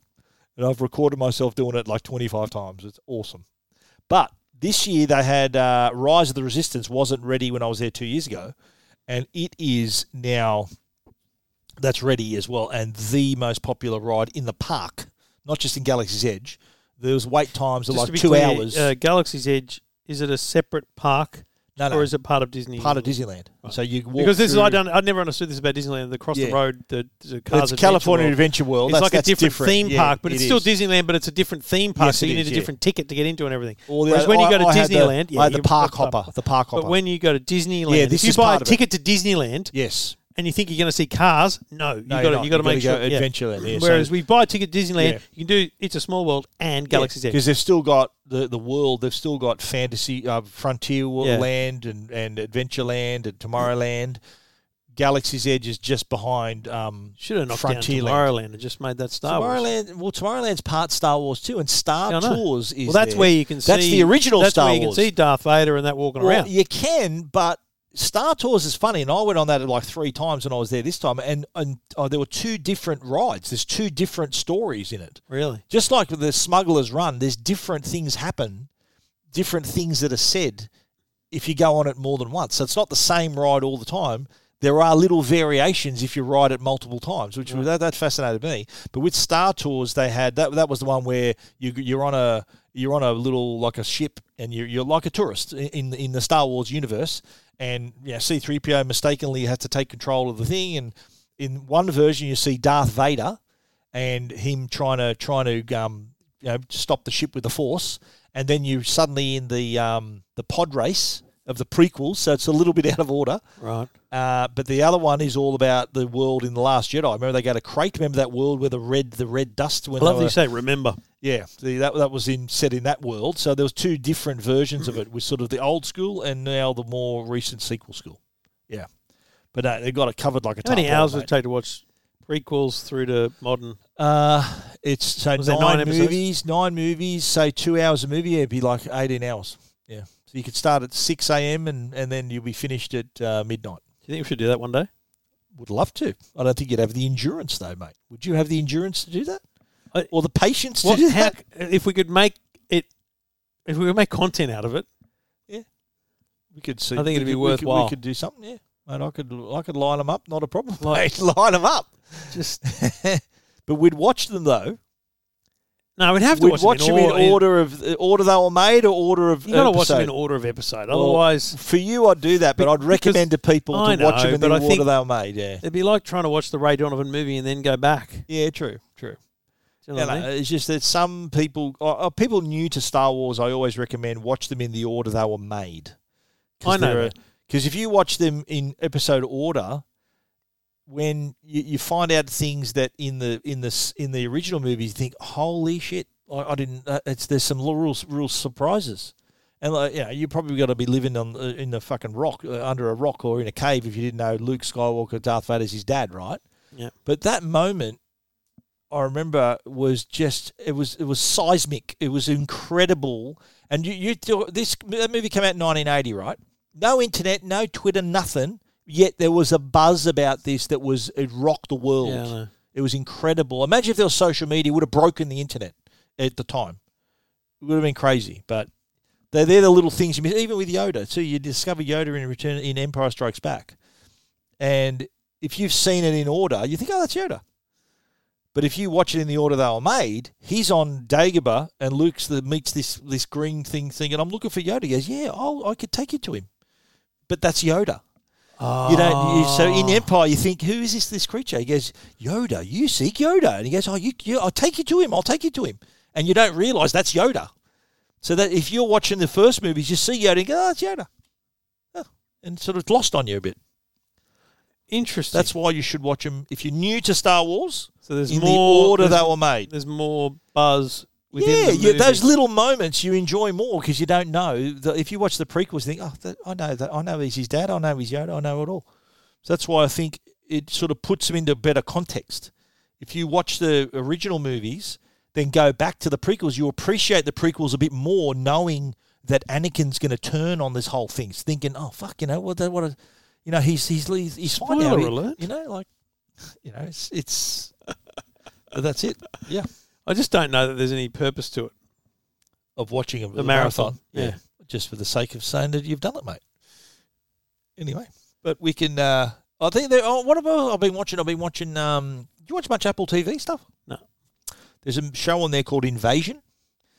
Speaker 2: And I've recorded myself doing it like 25 times. It's awesome. But this year they had uh, Rise of the Resistance wasn't ready when I was there two years ago, and it is now that's ready as well and the most popular ride in the park, not just in Galaxy's Edge. There was wait times of
Speaker 1: Just
Speaker 2: like
Speaker 1: to be
Speaker 2: two
Speaker 1: clear,
Speaker 2: hours.
Speaker 1: Uh, Galaxy's Edge is it a separate park
Speaker 2: no, no,
Speaker 1: or is it part of Disney?
Speaker 2: part of Disneyland. So you walk
Speaker 1: Because this is
Speaker 2: through-
Speaker 1: I don't I never understood this about Disneyland. The cross the
Speaker 2: Yeah.
Speaker 1: road, the, the cars.
Speaker 2: It's
Speaker 1: Adventure
Speaker 2: California
Speaker 1: World.
Speaker 2: Adventure World.
Speaker 1: it's like
Speaker 2: That's-
Speaker 1: a
Speaker 2: that's
Speaker 1: different, theme
Speaker 2: Yeah,
Speaker 1: park, but it's
Speaker 2: it
Speaker 1: still
Speaker 2: is.
Speaker 1: Disneyland, but it's a different theme park,
Speaker 2: Yes,
Speaker 1: so
Speaker 2: it
Speaker 1: you need
Speaker 2: is,
Speaker 1: a
Speaker 2: yeah.
Speaker 1: different ticket to get into and everything.
Speaker 2: All the
Speaker 1: Whereas
Speaker 2: other-
Speaker 1: when you
Speaker 2: I-
Speaker 1: go to
Speaker 2: I had the-
Speaker 1: Disneyland, yeah,
Speaker 2: I had the
Speaker 1: you-
Speaker 2: park hopper, the park
Speaker 1: But
Speaker 2: hopper.
Speaker 1: when you go to Disneyland,
Speaker 2: Yeah, this
Speaker 1: if you
Speaker 2: is
Speaker 1: buy a
Speaker 2: part of it.
Speaker 1: ticket to Disneyland
Speaker 2: yes,
Speaker 1: and you think you're going to see cars, no, you
Speaker 2: No,
Speaker 1: got
Speaker 2: you're
Speaker 1: to
Speaker 2: not.
Speaker 1: you got to
Speaker 2: You've
Speaker 1: make
Speaker 2: gotta
Speaker 1: sure.
Speaker 2: go
Speaker 1: yeah.
Speaker 2: Adventureland, yeah,
Speaker 1: Whereas
Speaker 2: so-
Speaker 1: we buy a ticket to Disneyland,
Speaker 2: Yeah.
Speaker 1: you can do It's a Small World and Galaxy's Edge.
Speaker 2: because they've still got the, the world. They've still got fantasy, uh, frontier world,
Speaker 1: Yeah.
Speaker 2: land, and and Adventureland and Tomorrowland. Galaxy's Edge is just behind. Um,
Speaker 1: Should have knocked down
Speaker 2: Frontierland.
Speaker 1: Tomorrowland and just made that Star Wars.
Speaker 2: Tomorrowland, well, Tomorrowland's part Star Wars too, and Star
Speaker 1: Yeah, I know.
Speaker 2: Tours is
Speaker 1: Well, that's
Speaker 2: there.
Speaker 1: where you can see
Speaker 2: That's the original
Speaker 1: that's
Speaker 2: Star
Speaker 1: where you
Speaker 2: Wars.
Speaker 1: can see Darth Vader and that walking
Speaker 2: Well,
Speaker 1: around.
Speaker 2: You can, but Star Tours is funny, and I went on that like three times when I was there this time, and and oh, there were two different rides. There's two different stories in it.
Speaker 1: Really?
Speaker 2: Just like with the Smuggler's Run, there's different things happen, different things that are said if you go on it more than once. So it's not the same ride all the time. There are little variations if you ride it multiple times, which that, that fascinated me. But with Star Tours, they had that. That was the one where you, you're on a you're on a little like a ship, and you're, you're like a tourist in in the Star Wars universe. And yeah, C-3PO mistakenly has to take control of the thing. And in one version, you see Darth Vader, and him trying to trying to um, you know stop the ship with the force, and then you suddenly in the um, the pod race of the prequels, so it's a little bit out of order.
Speaker 1: Right.
Speaker 2: Uh, but the other one is all about the world in the Last Jedi. Remember they go to Crate. Remember that world where the red the red dust when
Speaker 1: I love that
Speaker 2: they were-
Speaker 1: you say remember.
Speaker 2: yeah, the, that that was in set in that world. So there was two different versions of it, with sort of the old school and now the more recent sequel school. Yeah, but uh, they got it covered like a.
Speaker 1: How many
Speaker 2: tarpaulin,
Speaker 1: hours would
Speaker 2: mate.
Speaker 1: it take to watch prequels through to modern?
Speaker 2: Uh, it's so
Speaker 1: Was there
Speaker 2: nine,
Speaker 1: nine episodes?
Speaker 2: movies, nine movies, say two hours a movie, it'd be like 18 hours. Yeah. So you could start at 6 a.m. and, and then you'll be finished at uh, midnight.
Speaker 1: Do you think we should do that one day?
Speaker 2: Would love to. I don't think you'd have the endurance though, mate. Would you have the endurance to do that?
Speaker 1: I-
Speaker 2: or the patience to
Speaker 1: What,
Speaker 2: do
Speaker 1: how,
Speaker 2: that?
Speaker 1: if we could make it, if we could make content out of it,
Speaker 2: We could see.
Speaker 1: I think
Speaker 2: we
Speaker 1: it'd be
Speaker 2: could- we could-
Speaker 1: worthwhile.
Speaker 2: We could do something, yeah. Mate, I could, I could line them up, not a problem. Mate, line them up.
Speaker 1: just
Speaker 2: but we'd watch them though,
Speaker 1: No, we'd have to
Speaker 2: We'd
Speaker 1: watch,
Speaker 2: watch
Speaker 1: them
Speaker 2: them in order of the order they were made or order of
Speaker 1: You got to watch them
Speaker 2: episode.
Speaker 1: in order of episode.
Speaker 2: Well,
Speaker 1: Otherwise,
Speaker 2: For you, I'd do that, but
Speaker 1: Be-
Speaker 2: I'd recommend to people to
Speaker 1: I know,
Speaker 2: watch them in
Speaker 1: but
Speaker 2: the
Speaker 1: I
Speaker 2: order
Speaker 1: think-
Speaker 2: they were made. Yeah,
Speaker 1: it'd be like trying to watch the Ray Donovan movie and then go back.
Speaker 2: yeah, true, true.
Speaker 1: Do you know what I
Speaker 2: No,
Speaker 1: mean?
Speaker 2: no, it's just that some people, or, or people new to Star Wars, I always recommend watch them in the order they were made.
Speaker 1: I know that.
Speaker 2: because if you watch them in episode order, when you, you find out things that in the in the s- in the original movie, you think, "Holy shit! I, I didn't." Uh, it's there's some little real, real surprises, and like you know, you probably got to be living on uh, in the fucking rock uh, under a rock or in a cave if you didn't know Luke Skywalker, Darth Vader's his dad, right?
Speaker 1: Yeah.
Speaker 2: But that moment I remember was just it was it was seismic. It was incredible. And you you thought- this that movie came out in 1980, right? No internet, no Twitter, nothing. Yet there was a buzz about this that was it rocked the world.
Speaker 1: Yeah, I know.
Speaker 2: It was incredible. Imagine if there was social media, it would have broken the internet at the time. It would have been crazy, but they're, they're the little things you miss. Even with Yoda, too, you discover Yoda in Return in Empire Strikes Back, and if you've seen it in order, you think, "Oh, that's Yoda." But if you watch it in the order they were made, he's on Dagobah, and Luke's the, meets this this green thing, thinking, "I'm looking for Yoda." He goes, "Yeah, I'll, I could take you to him," but that's Yoda. You don't. You, so in
Speaker 1: Ah.
Speaker 2: Empire, you think, "Who is this? This creature?" He goes, "Yoda." You seek Yoda, and he goes, "Oh, you, you, I'll take you to him. I'll take you to him." And you don't realize that's Yoda. So that if you're watching the first movies, you see Yoda, and go, "Oh, it's Yoda," oh, and sort of lost on you a bit.
Speaker 1: Interesting.
Speaker 2: That's why you should watch them if you're new to Star Wars.
Speaker 1: so there's
Speaker 2: in
Speaker 1: more
Speaker 2: the order
Speaker 1: there's,
Speaker 2: they were made.
Speaker 1: there's more buzz within
Speaker 2: yeah,
Speaker 1: the
Speaker 2: yeah, those
Speaker 1: movie.
Speaker 2: little moments you enjoy more because you don't know. The, if you watch the prequels, you think, oh, that, I know that. I know he's his dad. I know he's Yoda. I know it all. So that's why I think it sort of puts them into better context. If you watch the original movies, then go back to the prequels, you appreciate the prequels a bit more, knowing that Anakin's going to turn on this whole thing, thinking, oh fuck, you know what? That, what a, you know, he's he's he's, he's fine now.
Speaker 1: Spoiler
Speaker 2: He-
Speaker 1: alert.
Speaker 2: You know, like, you know, it's it's. but that's it. Yeah.
Speaker 1: I just don't know that there's any purpose to it.
Speaker 2: of watching a,
Speaker 1: The
Speaker 2: a
Speaker 1: marathon, yeah.
Speaker 2: just for the sake of saying that you've done it, mate. Anyway, but we can. Uh, I think there. Oh, what about I've been watching? I've been watching. Um, do you watch much Apple TV stuff?
Speaker 1: No.
Speaker 2: There's a show on there called Invasion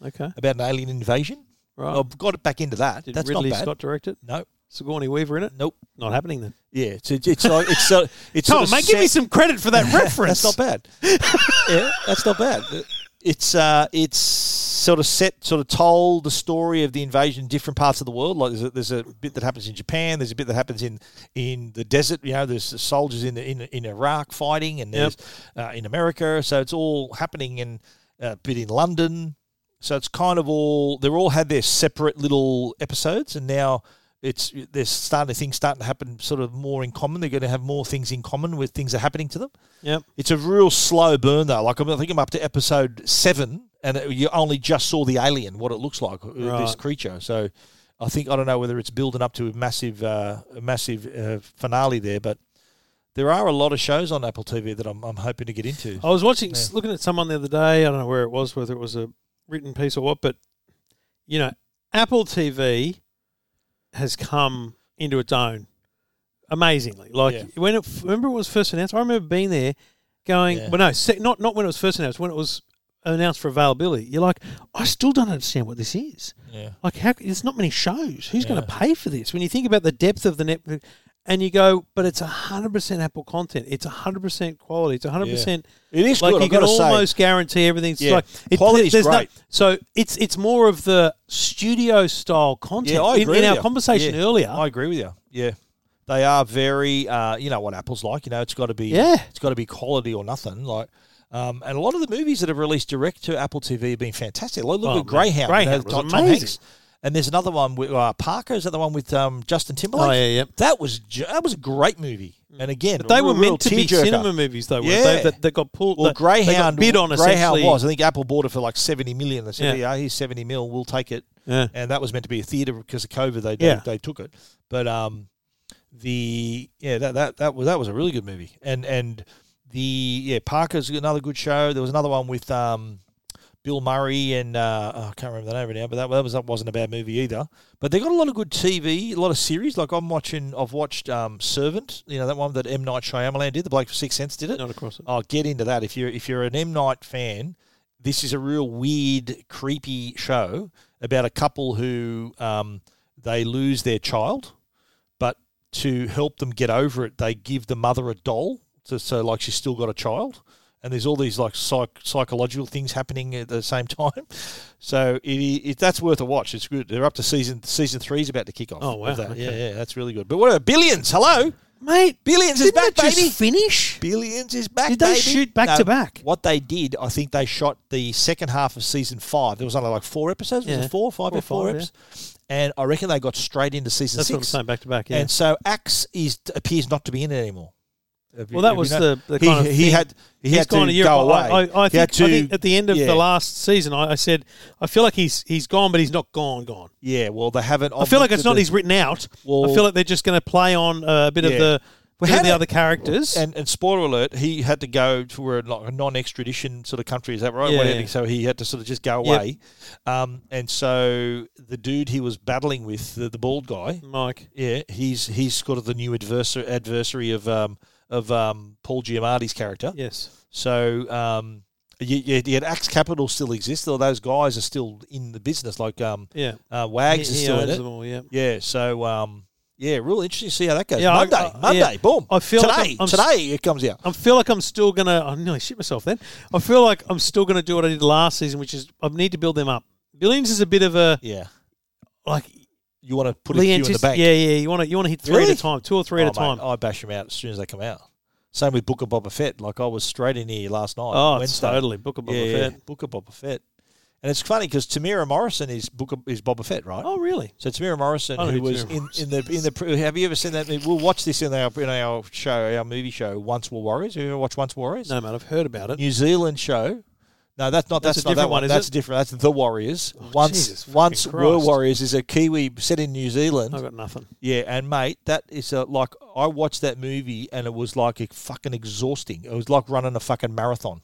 Speaker 1: Okay,
Speaker 2: about an alien invasion.
Speaker 1: right.
Speaker 2: I've got it back into that.
Speaker 1: Oh. Did
Speaker 2: That's
Speaker 1: Ridley
Speaker 2: not bad.
Speaker 1: Scott direct it?
Speaker 2: No,
Speaker 1: Sigourney Weaver in it?
Speaker 2: nope.
Speaker 1: Not happening then.
Speaker 2: Yeah, it's it's, it's like it's so it's sort
Speaker 1: Tom,
Speaker 2: of
Speaker 1: mate, give
Speaker 2: set-
Speaker 1: me some credit for that reference.
Speaker 2: That's not bad. yeah, that's not bad. It's uh, it's sort of set, sort of told the story of the invasion in different parts of the world. Like there's a, there's a bit that happens in Japan. There's a bit that happens in in the desert. You know, there's soldiers in the, in in Iraq fighting, and
Speaker 1: Yep.
Speaker 2: there's uh, in America. So it's all happening in uh, a bit in London. So it's kind of all they're all had their separate little episodes, and now it's there's starting things starting to happen sort of more in common. They're going to have more things in common with things that are happening to them.
Speaker 1: Yep.
Speaker 2: It's a real slow burn though. Like I'm, I think I'm up to episode seven, and it- you only just saw the alien, what it looks like, uh, this
Speaker 1: Right.
Speaker 2: creature. So I think I don't know whether it's building up to a massive, uh, a massive uh, finale there, but there are a lot of shows on Apple TV that I'm, I'm hoping to get into.
Speaker 1: I was watching,
Speaker 2: Yeah.
Speaker 1: looking at someone the other day. I don't know where it was, whether it was a written piece or what, but you know, Apple TV has come into its own amazingly. Like
Speaker 2: Yeah.
Speaker 1: when it, remember when it was first announced. I remember being there, going,
Speaker 2: Yeah.
Speaker 1: well, no, sec, not not when it was first announced. When it was announced for availability, you're like, I still don't understand what this is.
Speaker 2: Yeah,
Speaker 1: Like, how c- there's not many shows. Who's going
Speaker 2: Yeah.
Speaker 1: to pay for this? When you think about the depth of the Netflix, and you go, but it's hundred percent Apple content. It's hundred percent quality. It's hundred percent
Speaker 2: it is
Speaker 1: like
Speaker 2: good.
Speaker 1: you
Speaker 2: I've
Speaker 1: can
Speaker 2: got to say,
Speaker 1: almost guarantee everything's
Speaker 2: Yeah.
Speaker 1: like it,
Speaker 2: Quality's
Speaker 1: there's no-
Speaker 2: great.
Speaker 1: so it's it's more of the studio style content.
Speaker 2: Yeah, I
Speaker 1: in,
Speaker 2: agree
Speaker 1: in
Speaker 2: with
Speaker 1: our
Speaker 2: you.
Speaker 1: conversation
Speaker 2: Yeah.
Speaker 1: earlier,
Speaker 2: I agree with you. Yeah, they are very. Uh, you know what Apple's like. You know, it's got to be.
Speaker 1: Yeah.
Speaker 2: it's got to be quality or nothing. Like. Um, and a lot of the movies that have released direct to Apple TV have been fantastic. Like, Look
Speaker 1: Oh,
Speaker 2: at
Speaker 1: man.
Speaker 2: Greyhound.
Speaker 1: Greyhound
Speaker 2: you know,
Speaker 1: was
Speaker 2: Tom- Tom
Speaker 1: amazing.
Speaker 2: Hanks. And there's another one with uh, Parker. Is that the one with um, Justin Timberlake?
Speaker 1: Oh, yeah, yeah.
Speaker 2: That was ju- that was a great movie. And again,
Speaker 1: but they
Speaker 2: a
Speaker 1: were
Speaker 2: real
Speaker 1: meant to be
Speaker 2: tearjerker.
Speaker 1: cinema movies, though.
Speaker 2: Yeah.
Speaker 1: Yeah. They, that, that got pulled.
Speaker 2: Well,
Speaker 1: that- they got
Speaker 2: Greyhound
Speaker 1: bid on
Speaker 2: Greyhound
Speaker 1: essentially.
Speaker 2: was. I think Apple bought it for like seventy million. They said, "Yeah, here's seventy mil. We'll take it."
Speaker 1: Yeah.
Speaker 2: and that was meant to be a theater because of COVID. They
Speaker 1: Yeah.
Speaker 2: they, they took it, but um, the yeah that, that that was that was a really good movie, and and the yeah Parker's another good show. There was another one with um. Bill Murray and uh, oh, I can't remember the name right now, but that, that was that wasn't a bad movie either. But they got a lot of good TV, a lot of series. Like I'm watching, I've watched um, Servant, you know that one that M Night Shyamalan did, the bloke for Six Sense did it.
Speaker 1: Not across it.
Speaker 2: Oh, get into that if you're if you're an M Night fan. this is a real weird, creepy show about a couple who um, they lose their child, but to help them get over it, they give the mother a doll, so, so like she's still got a child. And there's all these like psych- psychological things happening at the same time, so it, it, that's worth a watch. It's good. They're up to season season three's about to kick off.
Speaker 1: Oh, wow.
Speaker 2: of that.
Speaker 1: Okay.
Speaker 2: Yeah, yeah, that's really good. But what about billions? Hello,
Speaker 1: Mate,
Speaker 2: billions is
Speaker 1: didn't
Speaker 2: back,
Speaker 1: that just
Speaker 2: baby.
Speaker 1: finish?
Speaker 2: Billions is back.
Speaker 1: Did they
Speaker 2: baby.
Speaker 1: shoot back to back?
Speaker 2: What they did, I think they shot the second half of season five. There was only like four episodes. Was
Speaker 1: Yeah.
Speaker 2: it four, five,
Speaker 1: Four
Speaker 2: or
Speaker 1: or
Speaker 2: four
Speaker 1: five,
Speaker 2: eps? And I reckon they got straight into season
Speaker 1: That's what I'm
Speaker 2: six.
Speaker 1: saying, back to back. Yeah.
Speaker 2: And so Axe is appears not to be in it anymore. Have you-
Speaker 1: well, that
Speaker 2: have you
Speaker 1: was
Speaker 2: not-
Speaker 1: the, the
Speaker 2: he,
Speaker 1: kind of
Speaker 2: he
Speaker 1: thing.
Speaker 2: had he
Speaker 1: He's
Speaker 2: had
Speaker 1: gone to
Speaker 2: to
Speaker 1: Europe.
Speaker 2: go away.
Speaker 1: I, I, I,
Speaker 2: He
Speaker 1: think,
Speaker 2: had to-
Speaker 1: I think at the end of
Speaker 2: yeah.
Speaker 1: the last season, I, I said I feel like he's he's gone, but he's not gone. Gone.
Speaker 2: yeah. Well, they haven't.
Speaker 1: I feel like it's not he's written out.
Speaker 2: Well-
Speaker 1: I feel like they're just going to play on uh, a bit
Speaker 2: Yeah.
Speaker 1: of the
Speaker 2: Well,
Speaker 1: bit
Speaker 2: how
Speaker 1: of the
Speaker 2: did-
Speaker 1: other characters.
Speaker 2: And, and spoiler alert, he had to go to where like a non-extradition sort of country. Is that right?
Speaker 1: Yeah.
Speaker 2: Whatever, So he had to sort of just go
Speaker 1: Yep.
Speaker 2: away. Um, and so the dude he was battling with, the, the bald guy,
Speaker 1: Mike,
Speaker 2: yeah, he's he's sort of the new adversary adversary of um, of um, Paul Giamatti's character.
Speaker 1: yes,
Speaker 2: So um, you, you, yet Axe Capital still exists. Though those guys are still in the business, like um,
Speaker 1: yeah,
Speaker 2: uh, Wags
Speaker 1: He-
Speaker 2: is
Speaker 1: he
Speaker 2: still in
Speaker 1: owns
Speaker 2: it.
Speaker 1: them all, yeah.
Speaker 2: Yeah. So um, yeah, real interesting to see how that goes.
Speaker 1: Yeah, I-
Speaker 2: Monday,
Speaker 1: I-
Speaker 2: Monday,
Speaker 1: yeah.
Speaker 2: boom.
Speaker 1: I feel
Speaker 2: today,
Speaker 1: like I'm- I'm
Speaker 2: today it comes out.
Speaker 1: I feel like I'm still gonna. I nearly shit myself. Then I feel like I'm still gonna do what I did last season, which is I need to build them up. Billions is a bit of a
Speaker 2: Yeah.
Speaker 1: like
Speaker 2: You want to put a
Speaker 1: Lee
Speaker 2: few in the
Speaker 1: antici-
Speaker 2: bank.
Speaker 1: Yeah, yeah. You want to you want to hit three
Speaker 2: Really?
Speaker 1: at a time, two or three
Speaker 2: Oh,
Speaker 1: at a time.
Speaker 2: mate, I bash them out as soon as they come out. Same with Book of Boba Fett. Like I was straight in here last night.
Speaker 1: Oh, it's
Speaker 2: Wednesday.
Speaker 1: totally book of Boba
Speaker 2: yeah,
Speaker 1: Fett.
Speaker 2: Yeah. Book of Boba Fett. And it's funny because Tamira Morrison is Book of, is Boba Fett, right?
Speaker 1: Oh, really?
Speaker 2: So Tamira Morrison,
Speaker 1: I know
Speaker 2: who
Speaker 1: who
Speaker 2: was
Speaker 1: Tamera
Speaker 2: in, in the in the pre- have you ever seen that? We'll watch this in our in our show, our movie show, Once Were Warriors. Have you ever watched Once Were Warriors?
Speaker 1: No, man, I've heard about it.
Speaker 2: New Zealand show. No, that's not that's,
Speaker 1: That's a
Speaker 2: not that
Speaker 1: different
Speaker 2: one.
Speaker 1: one, is
Speaker 2: that's
Speaker 1: it? Oh,
Speaker 2: different. That's the Warriors. once
Speaker 1: Jesus fucking
Speaker 2: once were
Speaker 1: Christ. Oh,
Speaker 2: Warriors is a Kiwi set in New Zealand.
Speaker 1: I've got nothing.
Speaker 2: Yeah, and mate, that is a, like I watched that movie and it was like a fucking exhausting. It was like running a fucking marathon.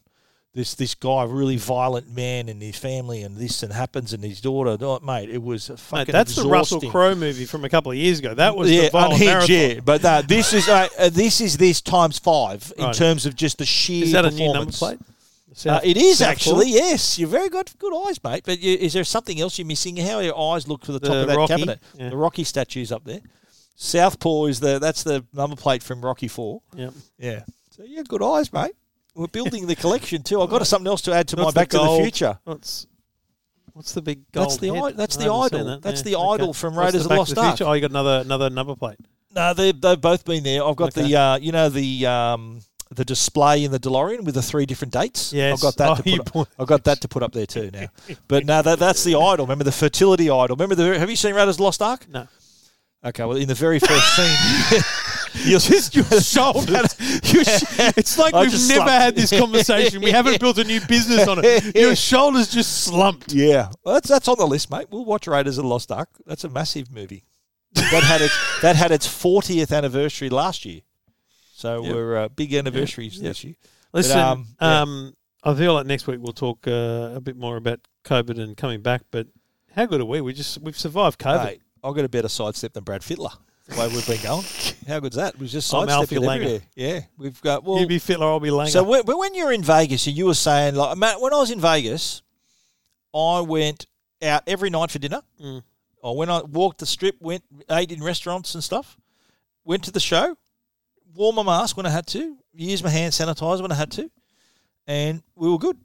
Speaker 2: This this guy, really violent man, and his family, and this and happens, and his daughter. Oh, mate, it was a
Speaker 1: Mate,
Speaker 2: fucking.
Speaker 1: that's the Russell
Speaker 2: exhausting.
Speaker 1: Crowe movie from a couple of years ago. That was
Speaker 2: yeah,
Speaker 1: the violent
Speaker 2: unhinged,
Speaker 1: marathon.
Speaker 2: yeah. But uh, this is uh, uh, this is this times five in
Speaker 1: Right.
Speaker 2: terms of just the sheer.
Speaker 1: Is that a new number
Speaker 2: performance.
Speaker 1: plate?
Speaker 2: Uh,
Speaker 1: South-
Speaker 2: it is
Speaker 1: South
Speaker 2: actually
Speaker 1: Pole?
Speaker 2: yes. You're very good, good eyes, mate. But you, is there something else you're missing? How are your eyes look for the top
Speaker 1: The
Speaker 2: of that
Speaker 1: Rocky,
Speaker 2: cabinet?
Speaker 1: yeah.
Speaker 2: The Rocky statue's up there. Southpaw is the that's the number plate from Rocky Four.
Speaker 1: Yep.
Speaker 2: Yeah. So you have good eyes, mate. We're building the collection too. I've got something else to add to my
Speaker 1: That's
Speaker 2: Back to the
Speaker 1: gold-
Speaker 2: Future.
Speaker 1: What's what's the big gold?
Speaker 2: That's the
Speaker 1: head?
Speaker 2: i- that's
Speaker 1: I
Speaker 2: the
Speaker 1: haven't seen
Speaker 2: idol.
Speaker 1: that.
Speaker 2: That's
Speaker 1: Yeah,
Speaker 2: the
Speaker 1: okay.
Speaker 2: idol from
Speaker 1: What's
Speaker 2: Raiders
Speaker 1: the
Speaker 2: of
Speaker 1: Back
Speaker 2: Lost
Speaker 1: to the
Speaker 2: Ark.
Speaker 1: Future? Oh, you got another another number plate.
Speaker 2: No, they they've both been there. I've got
Speaker 1: Okay.
Speaker 2: the uh, you know the um, the display in the DeLorean with the three different dates.
Speaker 1: Yes.
Speaker 2: I've got that.
Speaker 1: Oh,
Speaker 2: to
Speaker 1: you
Speaker 2: put up,
Speaker 1: point-
Speaker 2: I've got that to put up there too now. But no, that, that's the idol. Remember the fertility idol. Remember the. Have you seen Raiders of the Lost Ark?
Speaker 1: No.
Speaker 2: Okay, well in the very first scene, you'll
Speaker 1: Just your shoulders. Your sh- it's like
Speaker 2: I
Speaker 1: we've never
Speaker 2: just slumped.
Speaker 1: had this conversation. We haven't built a new business on it. Your shoulders just slumped.
Speaker 2: Yeah, well, that's that's on the list, mate. We'll watch Raiders of the Lost Ark. That's a massive movie. That had its that had its fortieth anniversary last year, so
Speaker 1: Yep.
Speaker 2: we're uh, big anniversaries this year.
Speaker 1: Listen,
Speaker 2: um,
Speaker 1: um,
Speaker 2: yeah.
Speaker 1: I feel like next week we'll talk uh, a bit more about COVID and coming back. But how good are we? We just we've survived COVID.
Speaker 2: Mate, I've got a better sidestep than Brad Fittler. The way we've been going, how good's that? We've just
Speaker 1: I'm Alfie
Speaker 2: sidestepping
Speaker 1: Langer.
Speaker 2: everywhere. Yeah, we've got well.
Speaker 1: you be fitter, I'll be langer.
Speaker 2: So when, but when you're in Vegas, and you were saying like, Matt, when I was in Vegas, I went out every night for dinner.
Speaker 1: Mm.
Speaker 2: I went on, walked the strip, went ate in restaurants and stuff. Went to the show, wore my mask when I had to, used my hand sanitizer when I had to, and we were good.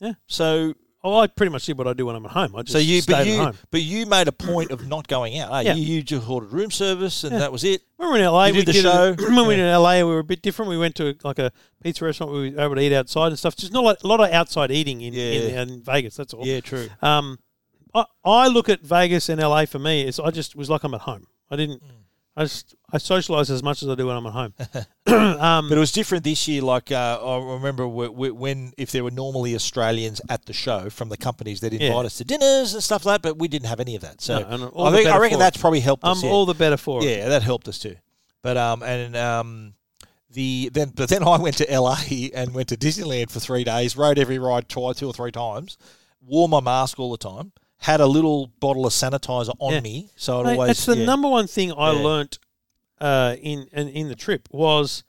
Speaker 1: Yeah.
Speaker 2: So
Speaker 1: oh, I pretty much did what I do when I'm at home. I just
Speaker 2: so you,
Speaker 1: stayed
Speaker 2: but
Speaker 1: at
Speaker 2: you,
Speaker 1: home.
Speaker 2: but you made a point of not going out. eh?
Speaker 1: Yeah.
Speaker 2: You, you just ordered room service, and
Speaker 1: Yeah.
Speaker 2: that was it.
Speaker 1: When we were in LA,
Speaker 2: You did
Speaker 1: we
Speaker 2: the
Speaker 1: did
Speaker 2: show.
Speaker 1: it- when we were in LA, we were a bit different. We went to like a pizza restaurant. We were able to eat outside and stuff. Just not like, a lot of outside eating in, in,
Speaker 2: Yeah.
Speaker 1: in Vegas. That's all.
Speaker 2: Yeah, true.
Speaker 1: Um, I, I look at Vegas and LA for me is I just was like I'm at home. I didn't.
Speaker 2: Mm.
Speaker 1: I just I socialize as much as I do when I'm at home. um,
Speaker 2: But it was different this year. Like uh, I remember w- w- when, if there were normally Australians at the show from the companies that invite
Speaker 1: Yeah.
Speaker 2: us to dinners and stuff like that, but we didn't have any of that. So
Speaker 1: No, and all
Speaker 2: I,
Speaker 1: the
Speaker 2: think, I
Speaker 1: better
Speaker 2: reckon
Speaker 1: for it.
Speaker 2: that's probably helped
Speaker 1: I'm
Speaker 2: us. Yeah.
Speaker 1: all the better for it.
Speaker 2: yeah, that helped us too. But um and um the then but then I went to LA and went to Disneyland for three days, rode every ride twice, two or three times, wore my mask all the time, had a little bottle of sanitizer on
Speaker 1: Yeah.
Speaker 2: me, so it
Speaker 1: Mate,
Speaker 2: always
Speaker 1: that's the
Speaker 2: yeah.
Speaker 1: number one thing I
Speaker 2: Yeah.
Speaker 1: learnt uh, in, in in the trip was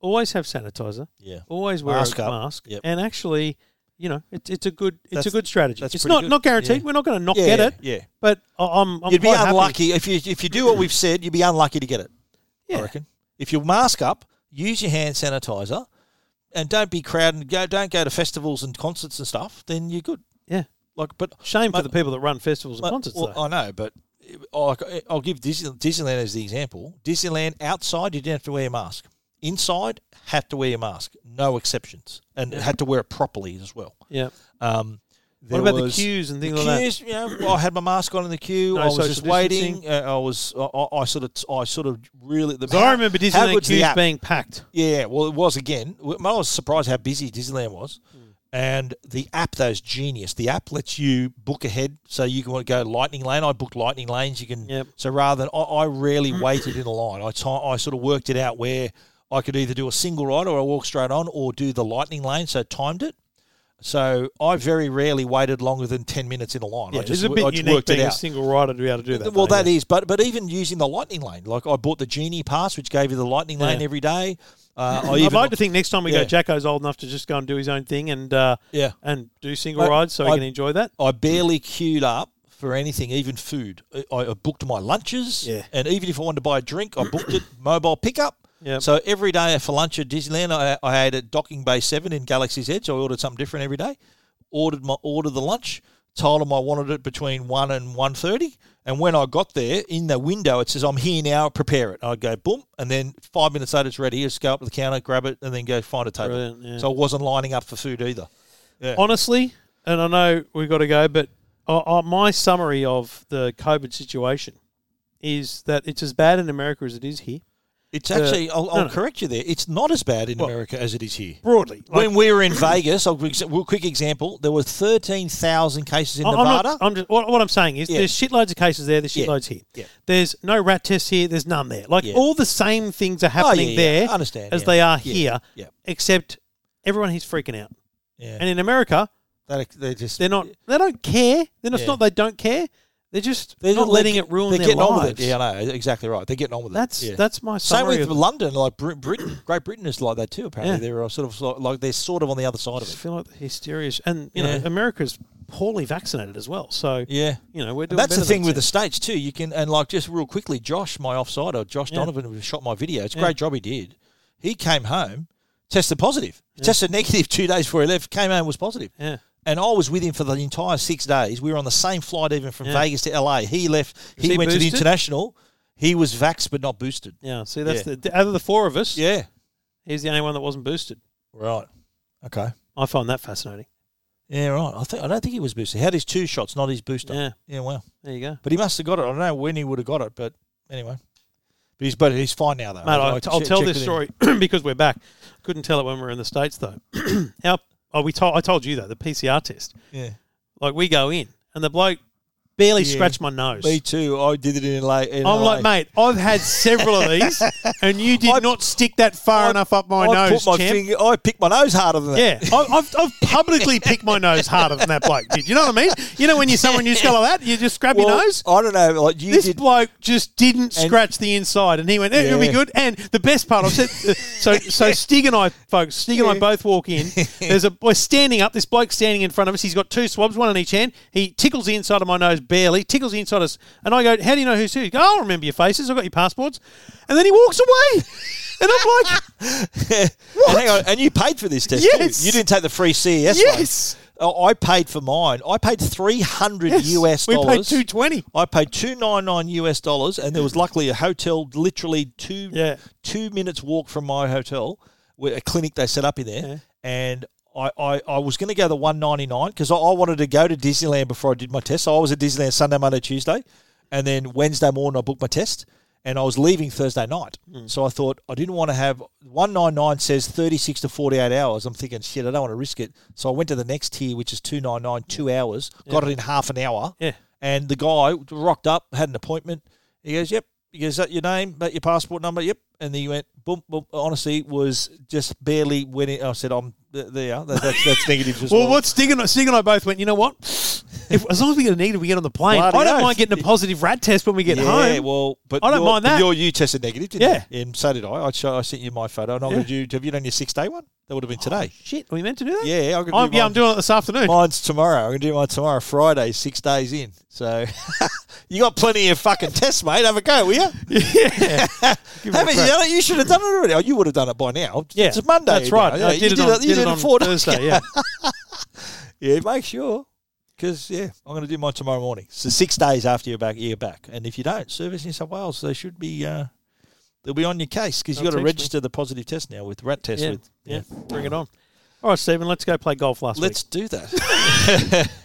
Speaker 1: always have sanitizer,
Speaker 2: Yeah.
Speaker 1: always wear
Speaker 2: Mask
Speaker 1: a
Speaker 2: up.
Speaker 1: mask,
Speaker 2: Yep.
Speaker 1: and actually you know, it's it's a good it's a
Speaker 2: That's-
Speaker 1: good strategy.
Speaker 2: that's
Speaker 1: It's
Speaker 2: pretty
Speaker 1: not
Speaker 2: good.
Speaker 1: not guaranteed.
Speaker 2: Yeah.
Speaker 1: We're not going to not
Speaker 2: yeah,
Speaker 1: get it,
Speaker 2: Yeah.
Speaker 1: but I- I'm, I'm
Speaker 2: You'd be
Speaker 1: quite happy.
Speaker 2: unlucky if you if you do what we've said. You'd be unlucky to get it.
Speaker 1: Yeah.
Speaker 2: I reckon. If you mask up, use your hand sanitizer, and don't be crowding. Go, don't go to festivals and concerts and stuff. Then you're good.
Speaker 1: Yeah.
Speaker 2: Like, but
Speaker 1: Shame for
Speaker 2: Mate-
Speaker 1: the people that run festivals and
Speaker 2: Well,
Speaker 1: concerts.
Speaker 2: well, uh,
Speaker 1: though.
Speaker 2: I know, but I'll, I'll give Disney, Disneyland as the example. Disneyland outside, you didn't have to wear a mask. Inside, had to wear a mask, no exceptions, and had to wear it properly as well.
Speaker 1: yeah.
Speaker 2: Um,
Speaker 1: What
Speaker 2: there
Speaker 1: about the
Speaker 2: was-
Speaker 1: queues and
Speaker 2: the
Speaker 1: things like that?
Speaker 2: queues, you know, I had my mask on in the queue.
Speaker 1: No
Speaker 2: I was
Speaker 1: social
Speaker 2: just waiting. Uh, I was, I, I, I sort of, I sort of really. The,
Speaker 1: So I remember
Speaker 2: how
Speaker 1: Disneyland
Speaker 2: good's the
Speaker 1: queues
Speaker 2: app?
Speaker 1: being packed.
Speaker 2: Yeah, well, it was again. I was surprised how busy Disneyland was.
Speaker 1: Hmm.
Speaker 2: And the app, though, is genius. The app lets you book ahead, so you can go lightning lane. I booked lightning lanes. You can
Speaker 1: Yep.
Speaker 2: so rather than I, I rarely waited in a line. I ti- I sort of worked it out where I could either do a single ride or I walk straight on, or do the lightning lane. So timed it. So I very rarely waited longer than ten minutes in a line.
Speaker 1: Yeah,
Speaker 2: I
Speaker 1: it's
Speaker 2: just,
Speaker 1: a bit
Speaker 2: I just
Speaker 1: unique
Speaker 2: worked it
Speaker 1: being a
Speaker 2: out.
Speaker 1: single rider to be able to do that.
Speaker 2: Well,
Speaker 1: though,
Speaker 2: that
Speaker 1: yeah.
Speaker 2: is, but but even using the lightning lane, like I bought the genie pass, which gave you the lightning lane
Speaker 1: Yeah.
Speaker 2: every day. Uh, I
Speaker 1: I'd
Speaker 2: even,
Speaker 1: like to think next time we
Speaker 2: Yeah.
Speaker 1: go, Jacko's old enough to just go and do his own thing and uh,
Speaker 2: yeah,
Speaker 1: and do single
Speaker 2: I-
Speaker 1: rides so he
Speaker 2: I-
Speaker 1: can enjoy that.
Speaker 2: I barely queued up for anything, even food. I, I booked my lunches,
Speaker 1: Yeah.
Speaker 2: and even if I wanted to buy a drink, I booked it mobile pickup.
Speaker 1: Yeah.
Speaker 2: So every day for lunch at Disneyland, I, I ate at Docking Bay Seven in Galaxy's Edge. I ordered something different every day. Ordered my ordered the lunch. Told them I wanted it between one and one thirty. And when I got there in the window, it says I'm here now. Prepare it. I would go boom, and then five minutes later it's ready. Just go up to the counter, grab it, and then go find a table.
Speaker 1: Brilliant, yeah.
Speaker 2: So I wasn't lining up for food either. Yeah.
Speaker 1: honestly, and I know we've got to go, but uh, uh, my summary of the COVID situation is that it's as bad in America as it is here.
Speaker 2: It's
Speaker 1: Uh,
Speaker 2: actually, I'll,
Speaker 1: no,
Speaker 2: I'll
Speaker 1: no.
Speaker 2: correct you there. It's not as bad in America as it is here.
Speaker 1: Broadly. Like,
Speaker 2: when we were in Vegas, I'll give you a quick example. There were thirteen thousand cases in
Speaker 1: I- I'm
Speaker 2: Nevada.
Speaker 1: not, I'm just, what, what I'm saying is
Speaker 2: Yeah.
Speaker 1: there's shitloads of cases there, there's
Speaker 2: Yeah.
Speaker 1: shitloads here.
Speaker 2: Yeah.
Speaker 1: There's no rat tests here, there's none there. Like
Speaker 2: Yeah. Oh,
Speaker 1: all the same things are happening
Speaker 2: yeah,
Speaker 1: there
Speaker 2: I understand,
Speaker 1: as
Speaker 2: yeah.
Speaker 1: they are
Speaker 2: Yeah,
Speaker 1: here,
Speaker 2: yeah.
Speaker 1: except everyone here's freaking out.
Speaker 2: yeah,
Speaker 1: And in America,
Speaker 2: That- they're just
Speaker 1: they're not, they don't care. They're not,
Speaker 2: Yeah.
Speaker 1: it's not they don't care. They're just
Speaker 2: they're
Speaker 1: not
Speaker 2: just
Speaker 1: letting
Speaker 2: let-
Speaker 1: it ruin
Speaker 2: They're
Speaker 1: their
Speaker 2: getting
Speaker 1: lives.
Speaker 2: on with it. Yeah, I know exactly right. They're getting on with it.
Speaker 1: That's
Speaker 2: Yeah.
Speaker 1: that's my
Speaker 2: Same
Speaker 1: summary.
Speaker 2: with
Speaker 1: of,
Speaker 2: London, like Brit- Britain, Great Britain is like that too. Apparently,
Speaker 1: Yeah.
Speaker 2: they're uh, sort of sort- like they're sort of on the other side
Speaker 1: I
Speaker 2: of
Speaker 1: just
Speaker 2: it.
Speaker 1: feel like the hysteria, is, and you
Speaker 2: Yeah.
Speaker 1: know, America's poorly vaccinated as well. So
Speaker 2: Yeah,
Speaker 1: you know, we're doing.
Speaker 2: And that's the
Speaker 1: better
Speaker 2: thing
Speaker 1: than
Speaker 2: with the
Speaker 1: them.
Speaker 2: states too. You can and like just real quickly, Josh, my offsider, Josh
Speaker 1: Yeah.
Speaker 2: Donovan, who shot my video. It's a
Speaker 1: Yeah.
Speaker 2: great job he did. He came home, tested positive, tested negative two days before he left. Came home was positive,
Speaker 1: yeah.
Speaker 2: and I was with him for the entire six days. We were on the same flight even from
Speaker 1: Yeah.
Speaker 2: Vegas to LA. He left. He,
Speaker 1: he
Speaker 2: went to the
Speaker 1: boosted?
Speaker 2: international. He was vaxxed but not boosted.
Speaker 1: Yeah, see, that's
Speaker 2: Yeah.
Speaker 1: the out of the four of us,
Speaker 2: Yeah.
Speaker 1: he's the only one that wasn't boosted.
Speaker 2: Right. Okay.
Speaker 1: I find that fascinating.
Speaker 2: Yeah. Right. I think I don't think he was boosted. He had his two shots, not his booster.
Speaker 1: Yeah.
Speaker 2: Yeah. Wow.
Speaker 1: There you go,
Speaker 2: But he must have got it. I don't know when he would have got it, but anyway. But he's but he's fine now though.
Speaker 1: mate. I'll, I'll
Speaker 2: che-
Speaker 1: tell
Speaker 2: checked
Speaker 1: this
Speaker 2: with him.
Speaker 1: story because we're back. Couldn't tell it when we were in the states though. How oh, we told I told you though the PCR test.
Speaker 2: Yeah.
Speaker 1: Like we go in and the bloke barely
Speaker 2: Yeah.
Speaker 1: scratched my nose.
Speaker 2: Me too. I did it in LA. In
Speaker 1: I'm
Speaker 2: LA.
Speaker 1: like, mate, I've had several of these, and you did
Speaker 2: I-
Speaker 1: not stick that far
Speaker 2: I-
Speaker 1: enough up my
Speaker 2: I
Speaker 1: nose,
Speaker 2: put my
Speaker 1: champ.
Speaker 2: finger. I picked my nose harder than that.
Speaker 1: Yeah, I, I've, I've publicly picked my nose harder than that bloke did. You know what I mean? You know when you're someone you just go like that, you just grab
Speaker 2: Well,
Speaker 1: your nose.
Speaker 2: I don't know. Like you
Speaker 1: This
Speaker 2: did.
Speaker 1: bloke just didn't scratch the inside, and he went, eh, "It'll be
Speaker 2: Yeah.
Speaker 1: good." And the best part, I've said, so so Stig and I, folks, Stig and I both walk in. There's a we're standing up. This bloke standing in front of us. He's got two swabs, one in each hand. He tickles the inside of my nose barely, tickles the inside of us, and I go, "How do you know who's who?" He goes, "Oh, "I'll remember your faces. I've got your passports," and then he walks away, and I'm like.
Speaker 2: And, hang on, and you paid for this test.
Speaker 1: Yes.
Speaker 2: Too. You didn't take the free CES.
Speaker 1: Yes.
Speaker 2: One. Oh, I paid for mine. I paid three hundred
Speaker 1: Yes,
Speaker 2: US
Speaker 1: we
Speaker 2: dollars.
Speaker 1: paid 220.
Speaker 2: I paid two nine nine US dollars, and there was luckily a hotel literally two
Speaker 1: Yeah.
Speaker 2: two minutes walk from my hotel, with a clinic they set up in there,
Speaker 1: Yeah.
Speaker 2: and. I, I, I was going to go the 199 because I, I wanted to go to Disneyland before I did my test. So I was at Disneyland Sunday, Monday, Tuesday, and then Wednesday morning I booked my test, and I was leaving Thursday night.
Speaker 1: Hmm.
Speaker 2: So I thought I didn't want to have 199 says 36 to 48 hours. I'm thinking shit, I don't want to risk it. So I went to the next tier, which is 299, two hours. Got it in half an hour.
Speaker 1: Yeah.
Speaker 2: And the guy rocked up, had an appointment. He goes, "Yep." He goes, "Is that your name? That your passport number?" Yep. and then you went boom, boom. Honestly, it was just barely when it, I said, "I'm th- there." That, that's that's negatives as well.
Speaker 1: Well, what Stig and, I, Stig and I both went, you know what? If, as long as we get a negative, we get on the plane.
Speaker 2: Bloody
Speaker 1: I don't
Speaker 2: oath.
Speaker 1: mind getting a positive rat test when we get
Speaker 2: yeah,
Speaker 1: home.
Speaker 2: well, but
Speaker 1: I don't
Speaker 2: your-
Speaker 1: mind
Speaker 2: but
Speaker 1: that.
Speaker 2: Your you tested negative, didn't
Speaker 1: Yeah.
Speaker 2: you? And so did I. I, show, I sent you my photo, and I
Speaker 1: Yeah. Oh,
Speaker 2: got you. Have you done your six day one? That would have been today.
Speaker 1: Shit, are we meant to do that?
Speaker 2: Yeah, I could do
Speaker 1: I'm, yeah, I'm
Speaker 2: mine-
Speaker 1: doing it this afternoon.
Speaker 2: Mine's tomorrow. I'm gonna do mine tomorrow, Friday, six days in. So you got plenty of fucking tests, mate. Have a go, will you?
Speaker 1: yeah. Give it a
Speaker 2: Haven't you
Speaker 1: crack.
Speaker 2: done it? You should have done it already. Oh, you would have done it by now.
Speaker 1: Yeah,
Speaker 2: it's Monday.
Speaker 1: That's
Speaker 2: now.
Speaker 1: right.
Speaker 2: Yeah,
Speaker 1: I
Speaker 2: you
Speaker 1: did, it on,
Speaker 2: you
Speaker 1: did it on
Speaker 2: four days
Speaker 1: Thursday. Yeah.
Speaker 2: Yeah, make sure. Because, yeah, I'm going to do mine tomorrow morning. So six days after you're back, you're back. And if you don't, Service New South Wales, they should be, uh, they'll be on your case because you've
Speaker 1: They'll
Speaker 2: got to
Speaker 1: teach
Speaker 2: register the positive test now with rat test.
Speaker 1: Yeah.
Speaker 2: with
Speaker 1: yeah. Bring it on. All right, Stephen. Let's go play golf last
Speaker 2: Let's do that.
Speaker 1: week.